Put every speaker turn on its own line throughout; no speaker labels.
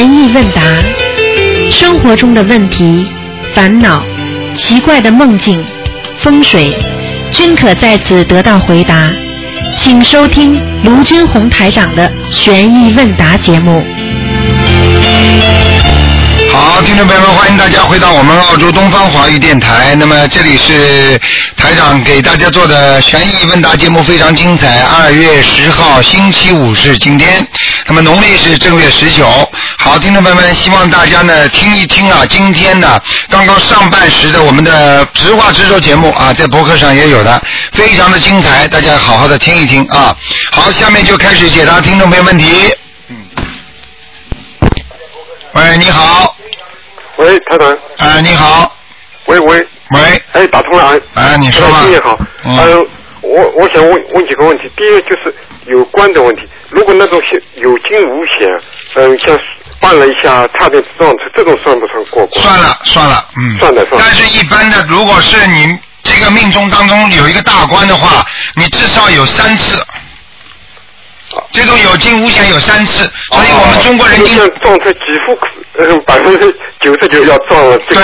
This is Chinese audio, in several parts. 意问答，生活中的问题、烦恼、奇怪的梦境、风水，均可在此得到回答。请收听卢军红台长的《悬疑问答》节目。
好，听众朋友们，欢迎大家回到我们澳洲东方华语电台。那么这里是台长给大家做的悬疑问答节目，非常精彩。二月十号星期五是今天，那么农历是正月十九。好，听众朋友们，希望大家呢听一听啊，今天呢刚刚上半时的我们的直话直说节目啊，在博客上也有的，非常的精彩，大家好好的听一听啊。好，下面就开始解答听众朋友问题。嗯。喂，你好。
喂，台长，
哎，你好，
喂喂，
喂，
哎，打通了啊！
哎，你说吧
哎，你好，
嗯
呃，我我想问问几个问题，第一个就是有关的问题，如果那种险有惊无险，嗯、像绊了一下，差点撞车，这种算不算过关？
算了算了，嗯，
算了算了
但是，一般的，如果是你这个命中当中有一个大关的话，你至少有三次，这种有惊无险有三次，所以我们中国人
哦就
经
像撞车几乎呃百分之九十九要撞了，这个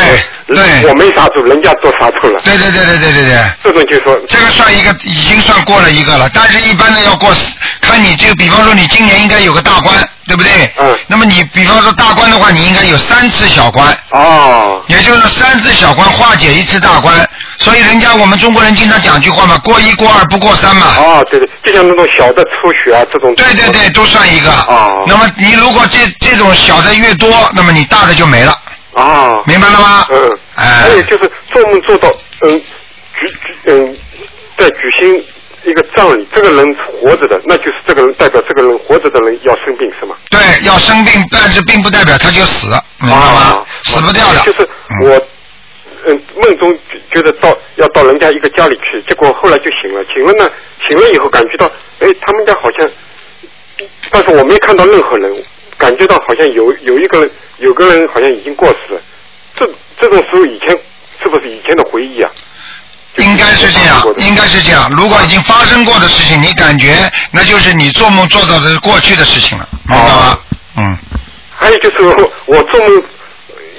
对对
我没刹住，人家做刹住了，
对对对对对对对。
这种就说
这个算一个，已经算过了一个了。但是一般的要过四，看你这个，比方说你今年应该有个大关，对不对？
嗯
那么你比方说大关的话，你应该有三次小关。
哦，
也就是说三次小关化解一次大关，所以人家我们中国人经常讲句话嘛，过一过二不过三嘛。
哦，对对，就像那种小的出血啊，这种
啊对对对，都算一个。
哦
那么你如果这这种小的越多，那么你大的就没了，
啊，
明白了吗？
嗯，
哎
还有就是做梦做到，嗯，举举嗯，在举行一个葬礼，这个人活着的，那就是这个人代表这个人活着的人要生病是吗？
对，哎要生病，但是并不代表他就死，嗯明白吗
啊？
死不掉的。
就是
嗯
我，嗯，梦中觉觉得到要到人家一个家里去，结果后来就醒了，醒了呢，醒了以后感觉到，哎，他们家好像，但是我没看到任何人，感觉到好像有有一个人，有个人好像已经过世了，这这种时候以前是不是以前的回忆啊？
应该是这样
发生过，的
应该是这样。如果已经发生过的事情，你感觉那就是你做梦做到的是过去的事情了，明白吗
哦？
嗯。
还有就是我我做梦，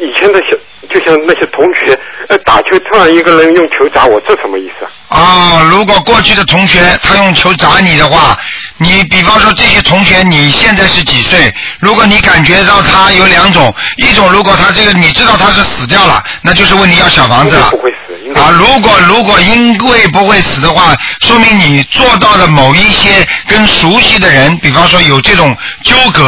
以前的小就像那些同学，呃，打球突然一个人用球砸我，这什么意思啊？
哦，如果过去的同学他用球砸你的话，你比方说这些同学，你现在是几岁？如果你感觉到他有两种，一种如果他这个你知道他是死掉了，那就是问你要小房子了
应该不会死应该
啊。如果如果因为不会死的话，说明你做到了某一些跟熟悉的人，比方说有这种纠葛。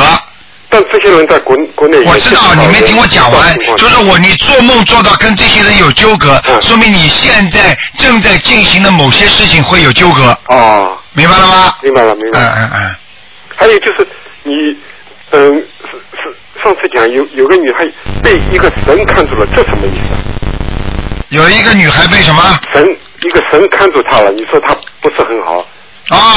但这些人在国国内也
我知道，你没听我讲完
这种情，况
就是我你做梦做到跟这些人有纠葛，
嗯
说明你现在正在进行的某些事情会有纠葛。
哦，
明白了吗？
明白了明白
嗯
了。
嗯嗯，
还有就是你，嗯，是是上次讲有有个女孩被一个神看住了，这什么意思啊？
有一个女孩被什么？
神一个神看住她了，你说她不是很好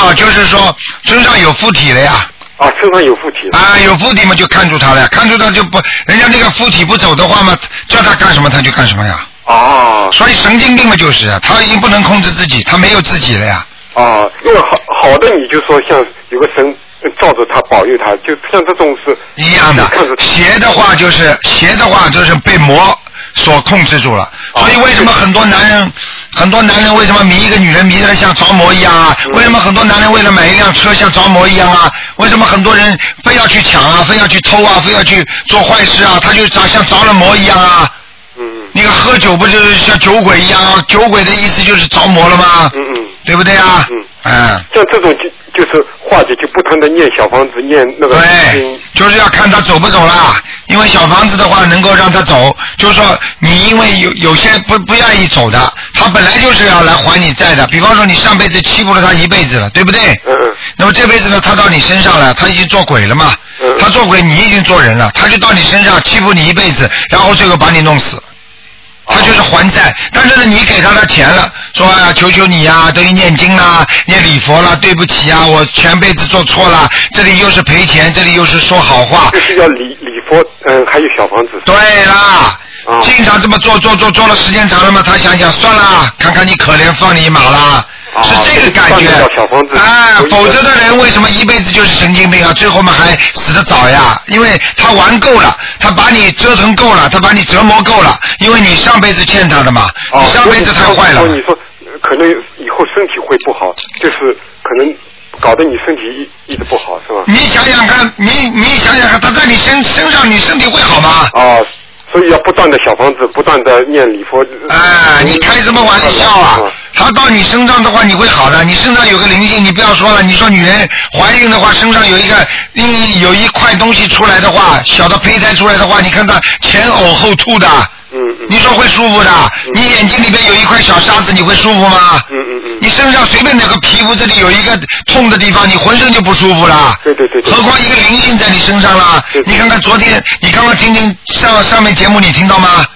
哦，就是说身上有附体了呀，
啊？身上有附体了
啊，有附体嘛就看住她了呀，看住她就不，人家那个附体不走的话嘛，叫她干什么她就干什么呀。
啊
所以神经病嘛就是啊，她已经不能控制自己，她没有自己了呀。
啊，因为好好的你就说像有个神呃罩着她保佑她，就像这种是
一样的
看着，她
邪的话就是邪的话就是被魔所控制住了，
哦
所以为什么很多男人，很多男人为什么迷一个女人迷得像着魔一样啊？
嗯
为什么很多男人为了买一辆车像着魔一样啊？为什么很多人非要去抢啊，非要去偷啊，非要去做坏事啊？他就长像着了魔一样啊！
嗯
那个喝酒不就是像酒鬼一样啊？酒鬼的意思就是着魔了吗？
嗯嗯。
对不对啊？
嗯
嗯，
像这种就就是化解，就不停的念小房子，念那个
对
经，
就是要看他走不走啦。因为小房子的话，能够让他走，就是说你因为有有些不不愿意走的，他本来就是要来还你债的。比方说你上辈子欺负了他一辈子了，对不对？
嗯嗯
那么这辈子呢，他到你身上了，他已经做鬼了嘛
嗯？
他做鬼，你已经做人了，他就到你身上欺负你一辈子，然后最后把你弄死。他就是还债，但是呢，你给他的钱了，说啊，求求你呀、都念经啦，念礼佛啦，对不起啊，我前辈子做错了，这里又是赔钱，这里又是说好话
就，是要礼礼佛，嗯，还有小房子。
对啦
哦，
经常这么做做做做了时间长了嘛，他想想算啦，看看你可怜放你一马啦，
啊
是这个感觉
断不了小房子。
啊
有一，个
否则的人为什么一辈子就是神经病啊？最后嘛还死得早呀？因为他玩够了，他把你折腾够了，他把你折磨够了，因为你上辈子欠他的嘛，
哦
你上辈子太坏了
所以。你说，呃可能以后身体会不好，就是可能搞得你身体一一直不好，是吧？
你想想看，你你想想看，他在你身身上，你身体会好吗？
啊，所以要不断的小房子，不断的念礼佛。
哎，你开什么玩笑啊
是吧？
他到你身上的话，你会好的。你身上有个灵性，你不要说了。你说女人怀孕的话，身上有一个另有一块东西出来的话，小的胚胎出来的话，你看她前呕后吐的，
嗯嗯
你说会舒服的？你眼睛里边有一块小沙子，你会舒服吗？
嗯嗯嗯
你身上随便哪个皮肤这里有一个痛的地方，你浑身就不舒服了。
对对对对
何况一个灵性在你身上了
对，对
你看看昨天，你刚刚听听上上面节目，你听到吗？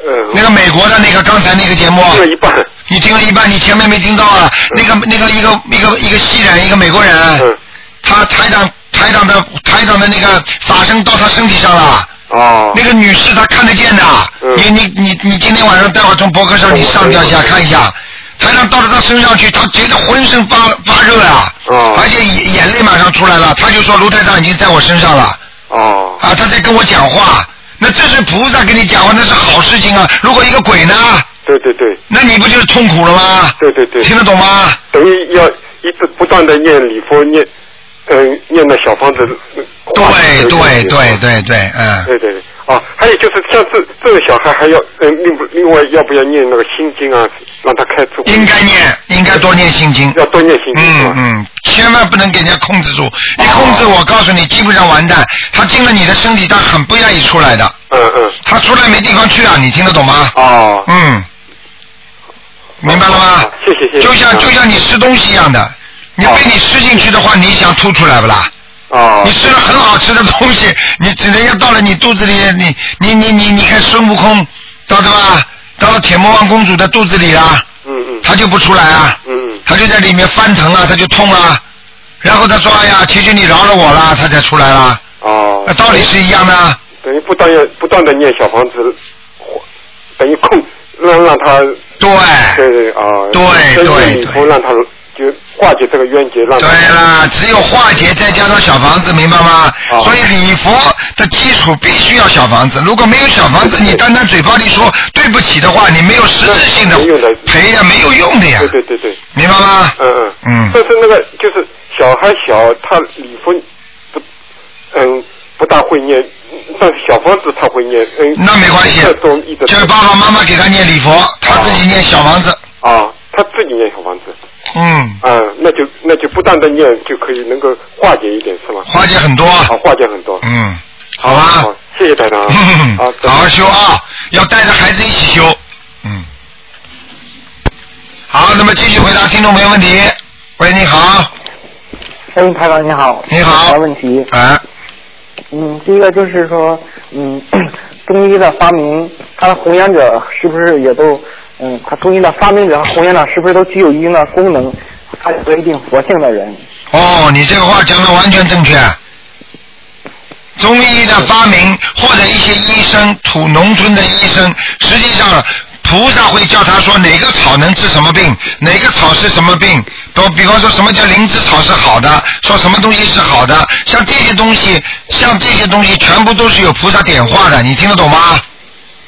嗯，
那个美国的那个刚才那个节目，啊
念了一半，
你听了一半，你前面没听到啊？那个那个一个一个一个西人，一个美国人
嗯，，
他台长台长的台长的那个法身到他身体上了。
哦
那，个女士她看得见的，
嗯哦
你你你你今天晚上待会儿从博客上你上吊一下看一下，台上到了她身上去，她觉得浑身发发热啊，
哦
而且眼眼泪马上出来了，她就说卢台长已经在我身上了，
哦，
啊，她在跟我讲话，那这是菩萨跟你讲话，那是好事情啊，如果一个鬼呢，
对对对，
那你不就是痛苦了吗？
对对对，
听得懂吗？
等于要一直不断的念礼佛，念，嗯、念那小房子。嗯
对对哎对。对对，嗯。
对对对，啊，还有就是像这这个小孩还要，嗯、另不另外要不要念那个心经啊，让他开智慧，
应该念，应该多念心经。
要多念心经是
嗯
吧？哦
嗯，千万不能给人家控制住，一控制我告诉你，基本上完蛋。他进了你的身体，他很不愿意出来的，
嗯嗯，
他出来没地方去啊，你听得懂吗？
哦，
嗯，明白了吗？
谢谢谢谢
就像就像你吃东西一样的，你
哦
被你吃进去的话，你想吐出来不啦？
哦
你，吃了很好吃的东西，你只人家到了你肚子里，你你你你你看孙悟空，到对吧？到了铁魔王公主的肚子里啦，
嗯嗯
他就不出来啊。
嗯嗯，
他就在里面翻腾啊，他就痛啊，然后他说：“哎呀，求求你饶了我啦！”他才出来啦。
哦
那，道理是一样的，啊
等于不断要不断的念小房子，等于控让让他，
对，
对对啊，
对
所以
对
礼
对
佛让他就化解这个冤结，让他
对啦，只有化解再加上小房子，明白吗？
哦
所以礼佛的基础必须要小房子，如果没有小房子，你单单嘴巴里说对不起的话，你没有实质性
那没用
的
的
赔呀，没有用的呀
对，对对对，
明白吗？
嗯嗯，
嗯
但是那个就是小孩小，他礼佛不，嗯，不大会念，但是小房子他会念，嗯，
那没关系
这种一直，
就是爸爸妈妈给他念礼佛，他自己念小房子，
啊，他自己念小房子，
嗯，
啊，那就那就不断的念就可以能够化解一点是吗？
化解很多，
啊，化解很多，
嗯，好吧。
好，谢谢台长啊，
嗯，
好，
好好修啊，要带着孩子一起修。嗯，好，那么继续回答听众朋友问题。喂，你好，
哎，台长你好。
你好
有啥问题？
啊，
嗯，第一个就是说，嗯， 中医的发明，它的弘扬者是不是也都，嗯，它中医的发明者和弘扬者是不是都具有一定的功能？它有一定佛性的人。
哦，你这个话讲的完全正确。中医的发明或者一些医生，土农村的医生，实际上菩萨会叫他说哪个草能治什么病，哪个草是什么病。都比方说什么叫灵芝草是好的，说什么东西是好的，像这些东西，像这些东西全部都是有菩萨点化的，你听得懂吗？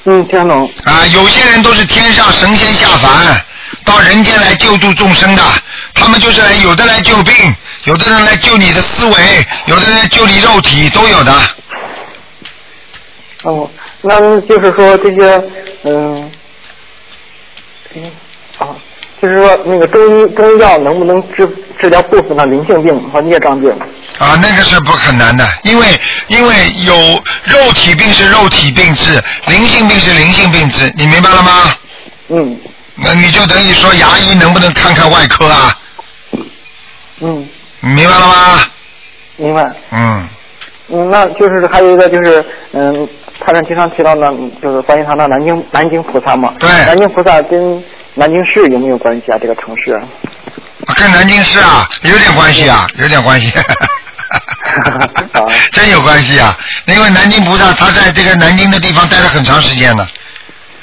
嗯，听懂。
啊，有些人都是天上神仙下凡，到人间来救度众生的。他们就是来，有的来救病，有的人来救你的思维，有的人来救你肉体，都有的。
哦，那就是说这些，嗯，嗯，啊，就是说那个中医中医药能不能治治疗部分的灵性病和孽障病？
啊，那个是不很难的，因为因为有肉体病是肉体病治，灵性病是灵性病治，你明白了吗？
嗯
那你就等于说牙医能不能看看外科啊？
嗯，
你明白了吗？
明白。
嗯，
嗯，那就是还有一个就是，嗯，台长经常提到呢，就是观音堂的南京南京菩萨嘛。
对
南京菩萨跟南京市有没有关系啊？这个城市？
跟南京市啊有点关系啊，有点关系。真有关系啊！因为南京菩萨他在这个南京的地方待了很长时间了，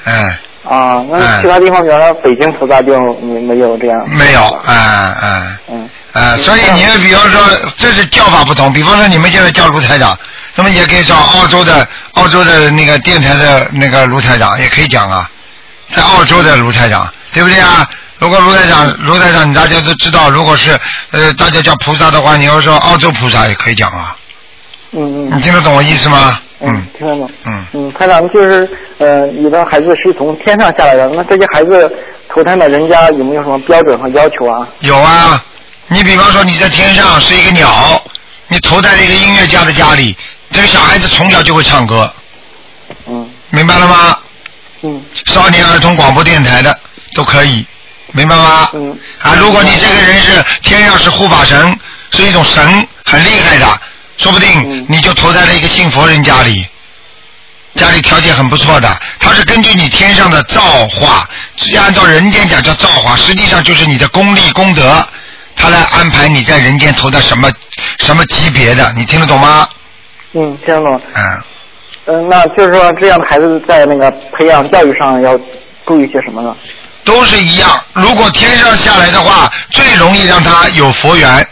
嗯，
啊，那其他地方，原来北京菩萨就没没有这样。
没有，啊、
嗯。
啊啊！所以你们比方说，这是叫法不同。比方说，你们现在叫卢台长，那么也可以找澳洲的澳洲的那个电台的那个卢台长，也可以讲啊，在澳洲的卢台长，对不对啊？如果卢台长，卢台长，大家都知道，如果是呃大家叫菩萨的话，你要说澳洲菩萨也可以讲啊。
嗯
你
嗯
听得懂我意思吗？
嗯，听得懂。
嗯
嗯，台长就是呃，有的孩子是从天上下来的，那这些孩子投胎到人家有没有什么标准和要求啊？
有啊，你比方说你在天上是一个鸟，你投在了一个音乐家的家里，这个小孩子从小就会唱歌，
嗯
明白了吗？
嗯
少年儿童广播电台的都可以，明白吗？
嗯
啊，如果你这个人是天上是护法神，是一种神，很厉害的，说不定
嗯
你就投在了一个信佛人家里，家里条件很不错的，他是根据你天上的造化，只按照人间讲叫造化，实际上就是你的功力功德，他来安排你在人间投到什么什么级别的，你听得懂吗？
嗯，听得懂。
嗯，
嗯，那就是说这样的孩子在那个培养教育上要注意些什么呢？
都是一样。如果天上下来的话，最容易让他有佛缘。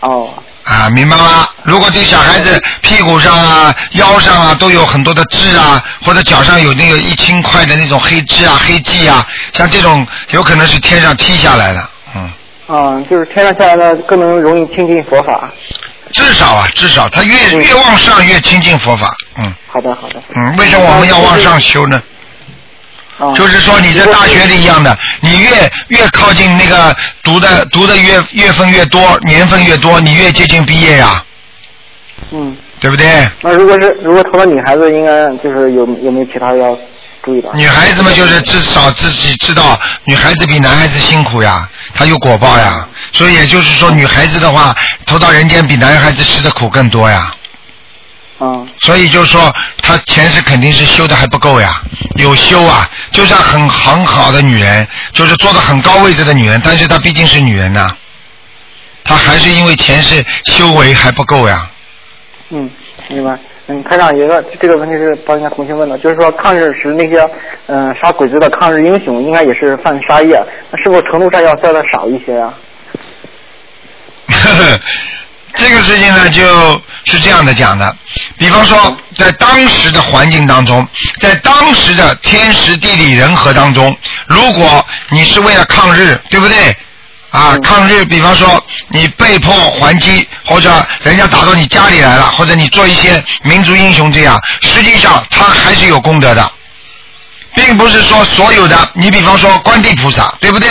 哦，
啊，明白吗？如果这小孩子屁股上啊、腰上啊都有很多的痣啊，或者脚上有那个一轻块的那种黑痣啊、黑迹啊，像这种有可能是天上踢下来的，嗯，
嗯，就是天上下来的更能容易亲近佛法。
至少啊，至少他越越往上越亲近佛法，嗯
嗯好的，好的。
嗯，为什么我们要往上修呢？
啊、
就是说你在大学里一样的，你越越靠近那个读的读的月月份越多，年份越多，你越接近毕业呀、
嗯，
对不对？
那如果是如果投了女孩子，应该就是有有没有其他要注意的？啊
女孩子嘛，就是至少自己知道，女孩子比男孩子辛苦呀，她有果报呀，所以也就是说，女孩子的话，投到人间比男孩子吃的苦更多呀，
嗯
所以就是说，她前世肯定是修的还不够呀，有修啊，就算很很好的女人，就是做的很高位置的女人，但是她毕竟是女人呐、她还是因为前世修为还不够呀，
嗯，明白。嗯，台长有一个这个问题是帮人家同学问的，就是说抗日时那些嗯、呃杀鬼子的抗日英雄，应该也是犯杀业，那是不是程度上要做的少一些啊呀、
这个事情呢，就是这样的讲的。比方说，在当时的环境当中，在当时的天时地利人和当中，如果你是为了抗日，对不对？啊，抗日，比方说你被迫还击，或者人家打到你家里来了，或者你做一些民族英雄这样，实际上他还是有功德的。并不是说所有的，你比方说观地菩萨，对不对？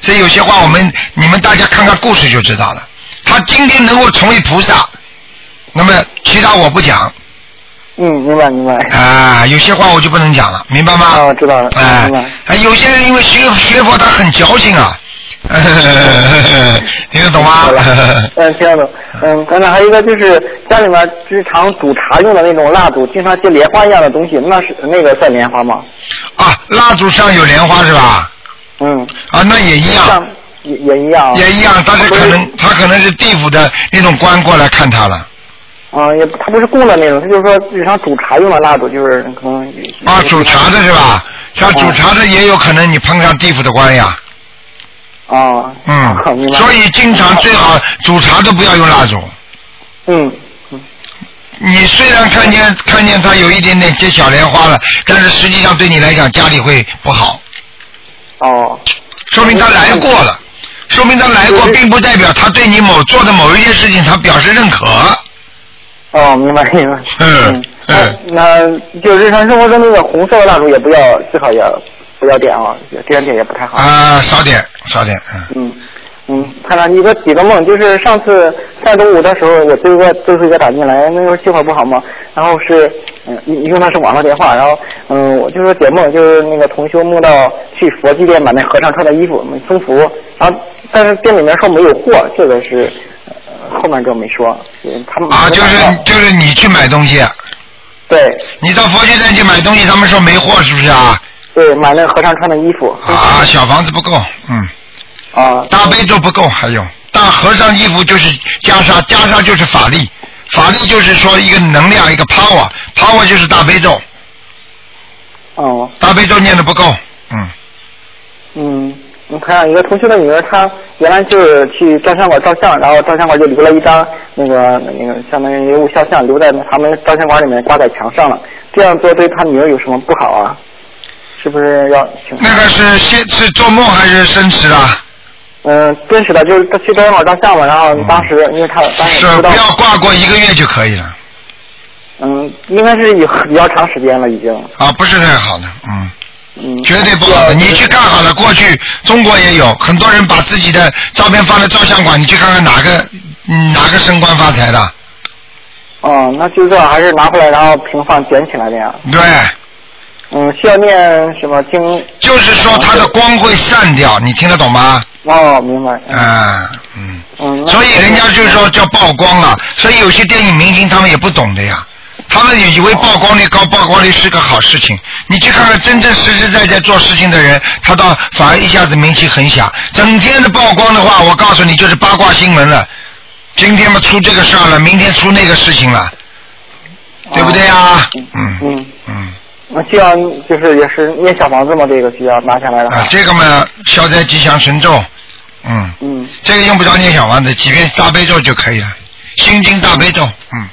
所以有些话我们你们大家看看故事就知道了。他今天能够成为菩萨，那么其他我 不讲
嗯，明白明白。
啊，有些话我就不能讲了，明白吗？
啊，我知道了，
哎
明白。、
哎有些人因为学学佛他很矫情啊， 听得懂吗
好？了 嗯，听得懂。嗯，刚才还有一个就是家里面日常煮茶用的那种蜡烛，经常接莲花一样的东西，那是那个算莲花吗？
啊， 蜡烛上有莲花是吧？
嗯，
啊，那也一样
像，也也一样啊。
也一样，但是可能他可能是地府的那种官过来看他了。
啊，也它不是供的那种，它就是说日常煮茶用的蜡烛，就是可能。
啊，煮茶的是吧？像煮茶的也有可能你碰上地府的官呀，
啊。
嗯
好明，白。
所以经常最好煮茶都不要用蜡烛。
嗯
你虽然看见看见他有一点点结小莲花了，但是实际上对你来讲家里会不好，
哦
说明他来过了，说明他来过，并不代表他对你某做的某一件事情他表示认可。
哦，明白明白。
嗯嗯
那那就日常生活中那个红色的蜡烛也不要，最好也不要点啊，这样点也不太好。
啊，少点少点，嗯，
嗯，嗯，看了一个几个梦，就是上次上周五的时候，我最后一个最后一个打进来，那时候信号不好嘛，然后是嗯，因因为他是网络电话，然后嗯，我就说解梦，就是那个同修梦到去佛祭店买那和尚穿的衣服，僧服，然后但是店里面说没有货，这个是、呃、后面就没说，嗯他们
啊，就是
没有买到
就是你去买东西，啊
对
你到佛学店去买东西，他们说没货是不是啊？
对，买那个和尚穿的衣服
啊，小房子不够，嗯，
啊，
大悲咒不够，还有大和尚衣服就是袈裟，袈裟就是法力，法力就是说一个能量，一个 power，power 就是大悲咒，
啊哦，
大悲咒念的不够，嗯，
嗯，我看一个同学的女儿，她原来就是去照相馆照相，然后照相馆就留了一张那个那个相当于人物肖像，留在他们照相馆里面挂在墙上了。这样做对他女儿有什么不好啊？是不是要请？
那个是先是做梦还是生吃啊？
嗯，真实的，就是他去照相馆照相嘛，然后当时因为他当时
是
也不知
不
道，
要挂过一个月就可以了
嗯，应该是有比较长时间了已经，
啊，不是太好的，嗯。
嗯，
绝对不好的。你去看好了，过去中国也有很多人把自己的照片放在照相馆，你去看看哪个嗯哪个升官发财的。
哦，那就是说还是拿回来，然后平放捡起来这样。
对，
嗯，需要念什么经？
就是说他的光会散掉，你听得懂吗？
哦，明白。嗯
啊，嗯。
嗯，那
所以人家就是说叫曝光啊，所以有些电影明星他们也不懂的呀，他们也以为曝光率高，曝光率是个好事情。你去看看真正实实在在做事情的人，他倒反而一下子名气很小。整天的曝光的话，我告诉你就是八卦新闻了。今天嘛出这个事儿了，明天出那个事情了，对不对呀、嗯
嗯，
嗯
那需要就是也是念小房子嘛，这个需要拿下来了。
啊，这个嘛消灾吉祥神咒，嗯，
嗯，
这个用不着念小房子，几遍大悲咒就可以了，心经大悲咒，嗯。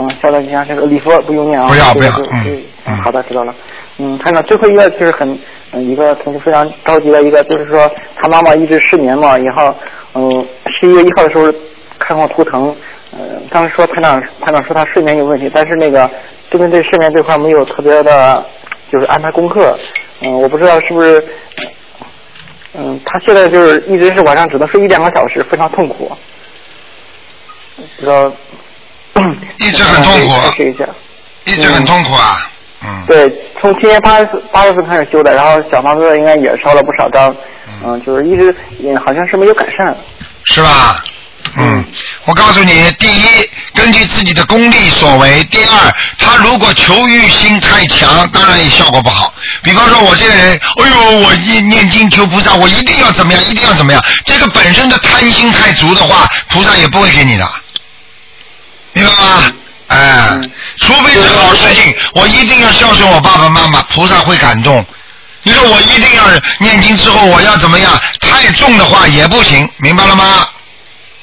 嗯，消灾吉祥这个礼佛不用念啊。
不要不要
这个
嗯
这个
嗯
好的，知道了。嗯，看长，最后一个就是很，嗯，一个同学非常着急的一个，就是说他妈妈一直失眠嘛，然后，嗯，十一月一号的时候看过图腾，呃，当时说团长团长说他睡眠有问题，但是那个这边对睡眠这块没有特别的，就是安排功课，嗯，我不知道是不是，嗯，他现在就是一直是晚上只能睡一两个小时，非常痛苦，不知道。
一直很痛苦啊
试一下。
一直很痛苦啊。嗯。
对，从今年八月份八月份开始修的，然后小房子应该也烧了不少张，嗯，就是一直也好像是没有改善。
是吧？嗯，我告诉你，第一，根据自己的功力所为；第二，他如果求欲心太强，当然也效果不好。比方说，我这个人，哎呦，我一念经求菩萨，我一定要怎么样，一定要怎么样，这个本身的贪心太足的话，菩萨也不会给你的，明白吗？哎、
嗯
除非是好事情，我一定要孝顺我爸爸妈妈，菩萨会感动。你说我一定要念经之后我要怎么样？太重的话也不行，明白了吗？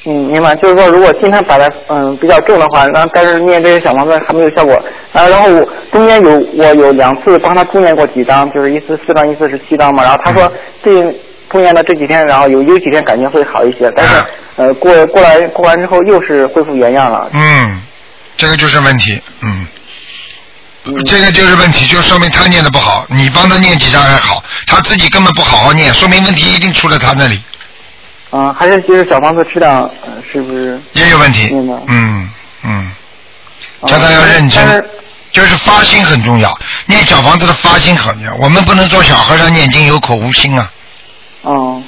嗯，明白，就是说如果心态摆的嗯比较重的话，然后但是念这些小房子还没有效果，啊，然后我中间有我有两次帮他助念过几张，就是一次四张，一次是七张嘛，然后他
嗯
说最助念的这几天，然后有有几天感觉会好一些，但是
啊
呃过过来过完之后又是恢复原样了，
嗯，这个就是问题，嗯，
嗯，
这个就是问题，就说明他念的不好，你帮他念几张还好，他自己根本不好好念，说明问题一定出在他那里，
嗯，还是就是小房子质量、呃、是不是？
也有问题
明白，
嗯嗯，
啊
叫他要认真
但是
就是发心很重要，念小房子的发心很重要，我们不能做小和尚念经有口无心啊，
哦，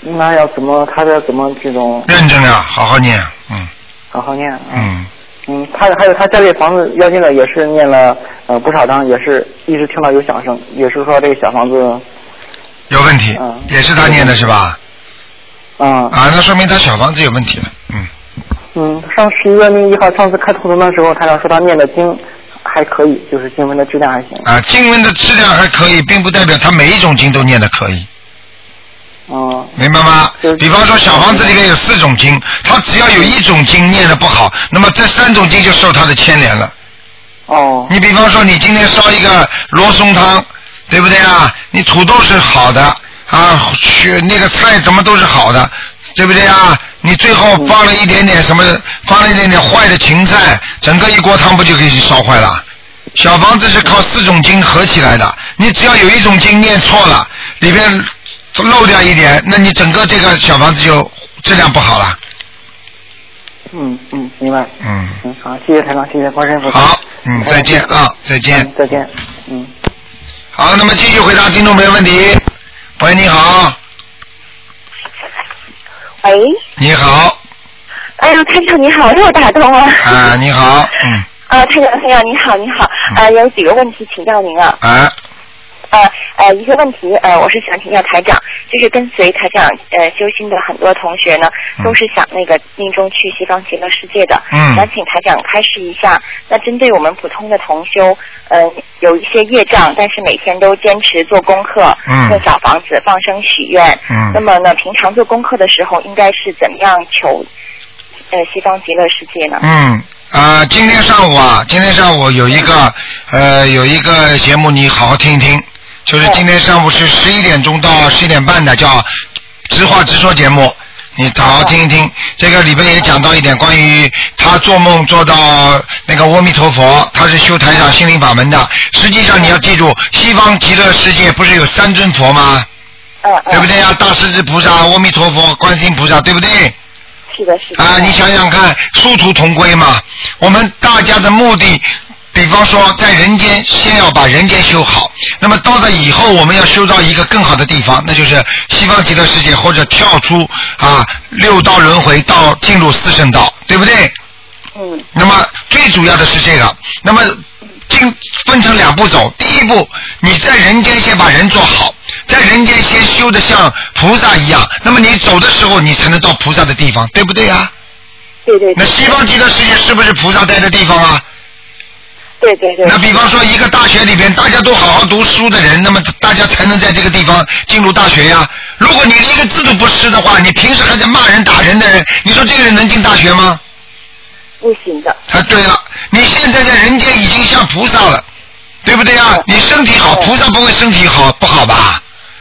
那要怎么，他要怎么这种
认真啊，好好念，嗯
好好念？
嗯，
嗯，他还有他家里房子要进的也是念了呃不少章，也是一直听到有响声，也是说这个小房子，
有问题
嗯，
也是他念的是吧？
啊、
啊，那说明他小房子有问题了，嗯，
嗯，上十一月那一号上次开图腾的时候，他长说他念的经还可以，就是经文的质量还行。
啊，经文的质量还可以，并不代表他每一种经都念的可以，
嗯
明白吗
就是？
比方说小房子里面有四种经，他只要有一种经念的不好，那么这三种经就受他的牵连了。
哦
你比方说你今天烧一个罗宋汤，对不对啊？你土豆是好的啊，去那个菜什么都是好的，对不对啊？你最后放了一点点什么，放了一点点坏的芹菜，整个一锅汤不就给你烧坏了？小房子是靠四种经合起来的，你只要有一种经念错了，里边漏掉一点，那你整个这个小房子就质量不好了。
嗯嗯，明白。
嗯，
嗯，好，谢谢台长，谢谢观世音菩萨。
好，嗯，再见啊，再见
嗯。再见。嗯。
好，那么继续回答听众朋友问题。喂，你好，
喂，
你好，
哎呀，台长你好，又打通了。
啊，你好，嗯，嗯
啊，台长，台长你好，你好，啊，有几个问题请教您啊。
啊，
啊、呃呃一个问题，呃，我是想请教台长，就是跟随台长呃修心的很多同学呢，
嗯
都是想那个命中去西方极乐世界的，
嗯
想请台长开示一下。那针对我们普通的同修，呃，有一些业障，但是每天都坚持做功课，
嗯
用小房子放生许愿，
嗯
那么呢，平常做功课的时候，应该是怎么样求呃西方极乐世界呢？
嗯啊、今天上午啊，今天上午有一个呃有一个节目，你好好听一听。就是今天上午是十一点钟到十一点半的，叫《直话直说》节目，你好好听一听。这个里边也讲到一点关于他做梦做到那个阿弥陀佛，他是修台长心灵法门的。实际上你要记住，西方极乐世界不是有三尊佛吗？
嗯嗯，
对不对呀、大势至菩萨、阿弥陀佛、观世音菩萨，对不对？
是的，是的。
啊，你想想看，殊途同归嘛。我们大家的目的，比方说在人间，先要把人间修好。那么到了以后，我们要修到一个更好的地方，那就是西方极乐世界，或者跳出啊六道轮回，到进入四圣道，对不对？
嗯
那么最主要的是这个，那么经分成两步走。第一步，你在人间先把人做好，在人间先修的像菩萨一样，那么你走的时候，你才能到菩萨的地方，对不对啊？
对对
那
对
西方极乐世界是不是菩萨待的地方啊？
对对对
那，比方说一个大学里边，大家都好好读书的人，那么大家才能在这个地方进入大学呀、如果你连一个字都不识的话，你平时还在骂人打人的人，你说这个人能进大学吗？
不行的。
啊，对了，你现在在人间已经像菩萨了，对不对啊？
嗯
你身体好，菩萨不会身体好不好吧？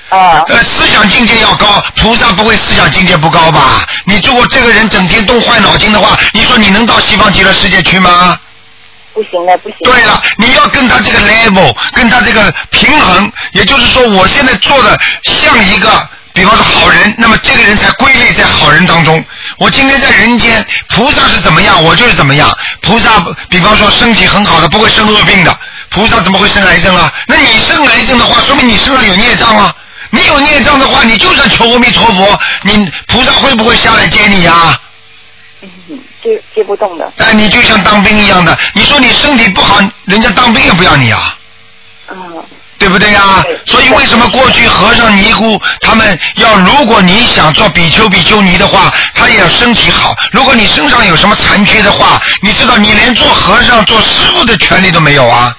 啊，
呃，思想境界要高，菩萨不会思想境界不高吧？你如果这个人整天动坏脑筋的话，你说你能到西方极乐世界去吗？
不行的，不行的。
对了，你要跟他这个 level，跟他这个平衡，也就是说，我现在做的像一个，比方说好人，那么这个人才归类在好人当中。我今天在人间，菩萨是怎么样，我就是怎么样。菩萨，比方说身体很好的，不会生恶病的，菩萨怎么会生癌症啊？那你生癌症的话，说明你身上有孽障啊。你有孽障的话，你就算求阿弥陀佛，你菩萨会不会下来接你呀、
嗯，接接不动的。
哎，你就像当兵一样的，你说你身体不好，人家当兵也不要你啊。
嗯
对不对呀、
对
所以为什么过去和尚、尼姑他们要，如果你想做比丘、比丘尼的话，他也要身体好。如果你身上有什么残缺的话，你知道你连做和尚、做师傅的权利都没有啊，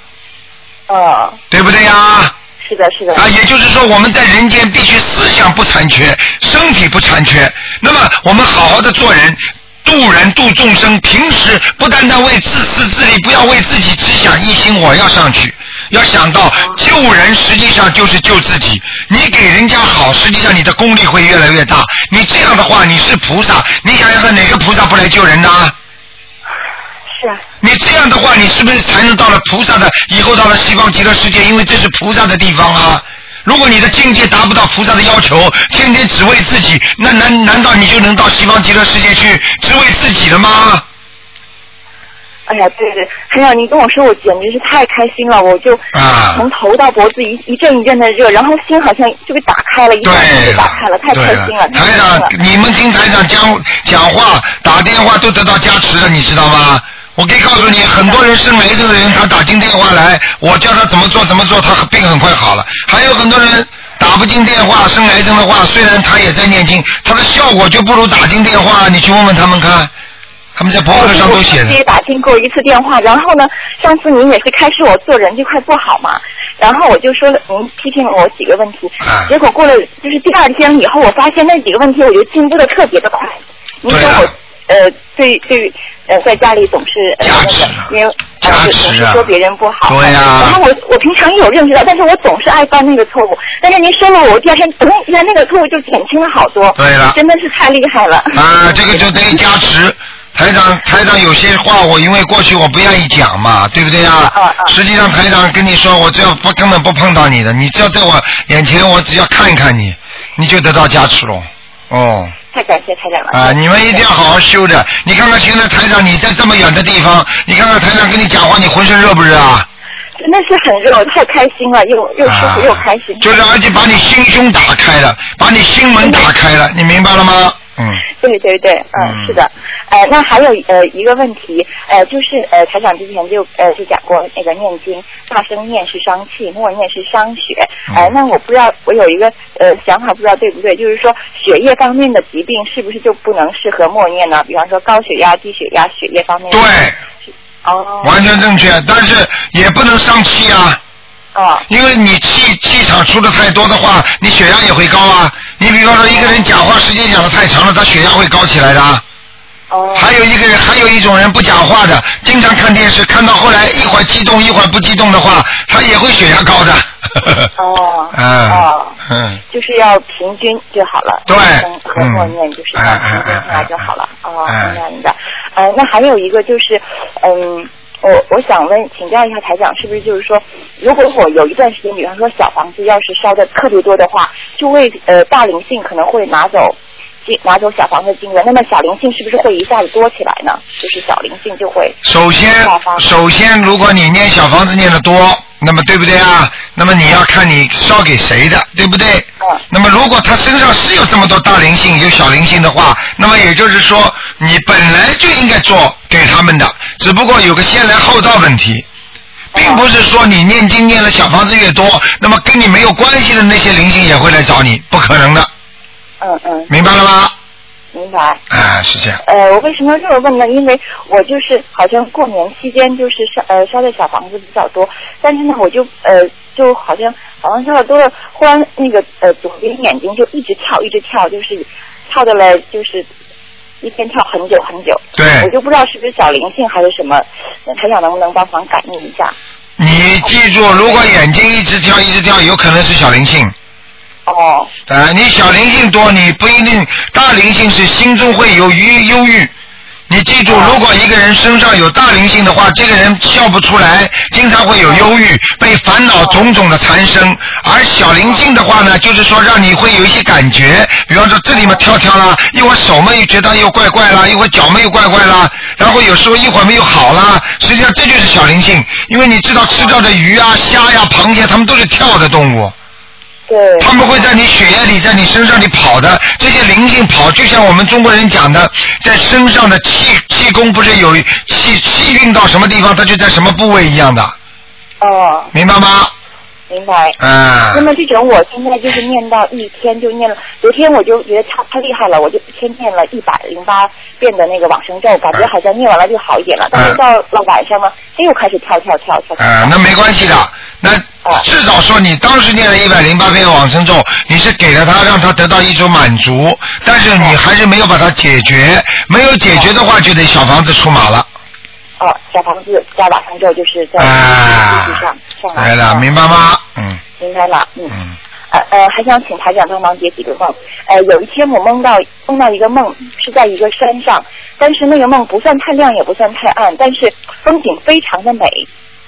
啊，
对不对呀、啊？
是的，是的。
也就是说我们在人间必须思想不残缺，身体不残缺。那么我们好好的做人。度人度众生，平时不单单为自私自利，不要为自己只想一心我要上去，要想到救人实际上就是救自己。你给人家好，实际上你的功力会越来越大。你这样的话，你是菩萨，你想想看哪个菩萨不来救人的啊？
是啊，
你这样的话，你是不是才能到了菩萨的？以后到了西方极乐世界，因为这是菩萨的地方啊。如果你的境界达不到菩萨的要求，天天只为自己，那难难道你就能到西方极乐世界去只为自己了吗？
哎呀，对对，台长，你跟我说，我简直是太开心了，我就
啊
从头到脖子一一阵一阵的热，然后心好像就被打开了，一下
对
就被打开了，太
对啊
开心了，太开
台
心
长
了。，
你们听台长讲讲话、打电话都得到加持了，你知道吗？我可以告诉你，很多人生癌症的人，他打进电话来，我教他怎么做怎么做，他病很快好了。还有很多人打不进电话，生癌症的话，虽然他也在念经，他的效果就不如打进电话。你去问问他们看，他们在博
我
客上都写
自己
的。
打进过一次电话，然后呢，上次您也是开始我做人这块不好嘛，然后我就说了，您批评了我几个问题，
啊
结果过了就是第二天以后，我发现那几个问题我就进步的特别的快。您
对
说
啊
我、呃对对呃在家里总是呃
加
那
持
个
啊
因为
加
呃
持
总是
啊
说别人不好，
对啊呀
然后我我平常也有认识到，但是我总是爱犯那个错误，但是您说了我，第二天噔一下那个错误就减轻了好多，
对了
真的是太厉害了。
啊，这个就等于加持。台长，台长有些话我因为过去我不愿意讲嘛，对不对啊？
啊啊
实际上台长跟你说，我只要不根本不碰到你的，你只要在我眼前，我只要看一看你，你就得到加持了。哦，
太感谢台长了
啊，你们一定要好好修的。你看看现在台长你在这么远的地方，你看看台长跟你讲话，你浑身热不热啊？
真的是很热，太开心了，又又舒
啊
服又开心。
就是而且把你心胸打开了，把你心门打开了，你明白了吗？嗯，
对对对，嗯，
嗯
是的，呃，那还有呃一个问题，呃，就是呃台长之前就呃就讲过那个念经，大声念是伤气，默念是伤血，呃
嗯，
那我不知道我有一个呃想法，不知道对不对，就是说血液方面的疾病是不是就不能适合默念呢？比方说高血压、低血压、血液方面的，
对，
哦，
完全正确，但是也不能伤气啊，
哦，
因为你气气场出的太多的话，你血压也会高啊。你比方说一个人讲话时间讲的太长了，他血压会高起来的啊。
哦，
还有一个人，还有一种人不讲话的，经常看电视，看到后来一会儿激动一会儿不激动的话，他也会血压高的。
哦，哦
嗯。嗯。
就是要平均就好了，
对
嗯和
嗯
默念就是
哎
要平均下来就好了。
哎哎哎
哦，
哎
明白明白。呃，那还有一个就是，嗯，我我想问请教一下台长，是不是就是说，如果我有一段时间，比方说小房子要是烧的特别多的话，就会呃大灵性可能会拿走。经拿走小房子经文，那么小灵性是不是会一下子多起来呢？就是小灵性就会
首先
小房，子
首先，如果你念小房子念的多，那么对不对啊？那么你要看你烧给谁的，对不对？
嗯
那么如果他身上是有这么多大灵性，有小灵性的话，那么也就是说，你本来就应该做给他们的，只不过有个先来后到问题。并不是说你念经念了小房子越多，那么跟你没有关系的那些灵性也会来找你，不可能的，
嗯嗯，
明白了吗？
明白。
啊，是这样。
呃，我为什么这么问呢？因为我就是好像过年期间就是烧呃烧的小房子比较多，但是呢，我就呃就好像好像烧的多了，忽然那个呃左边眼睛就一直跳一直跳，就是跳的了就是一边跳很久很久。
对
我就不知道是不是小灵性还是什么，台长能不能帮忙感应一下？
你记住，如果眼睛一直跳一直跳，有可能是小灵性。
哦
啊，你小灵性多，你不一定大灵性是心中会有郁忧郁。你记住，如果一个人身上有大灵性的话，这个人笑不出来，经常会有忧郁，被烦恼种种的缠身。而小灵性的话呢，就是说让你会有一些感觉，比方说这里面跳跳啦，一会儿手嘛又觉得又怪怪啦，一会儿脚嘛又怪怪啦，然后有时候一会儿没有好啦。实际上这就是小灵性，因为你知道吃掉的鱼啊、虾呀、螃蟹，它们都是跳的动物。
对，
他们会在你血液里，在你身上里跑的，这些灵性跑，就像我们中国人讲的，在身上的气气功不是有气气运到什么地方，它就在什么部位一样的，
哦，
明白吗？
明白。那
嗯，
么这种我现在就是念到一天就念了，昨天我就觉得他太厉害了，我就一天念了一百零八遍的那个往生咒，感觉好像念完了就好一点
啊
了。但是到了晚上呢，他又开始跳跳跳跳跳。
呃，那没关系的，那
哦
至少说你当时念了一百零八遍往生咒，你是给了他，让他得到一种满足，但是你还是没有把它解决，没有解决的话，就得小房子出马了，
哦，小房子加往生咒就是在
啊
继续上上，来
来了，明白吗？嗯
明白了，嗯。
嗯，
呃呃，还想请台长帮忙解几个梦。呃，有一天我梦到梦到一个梦，是在一个山上，但是那个梦不算太亮，也不算太暗，但是风景非常的美。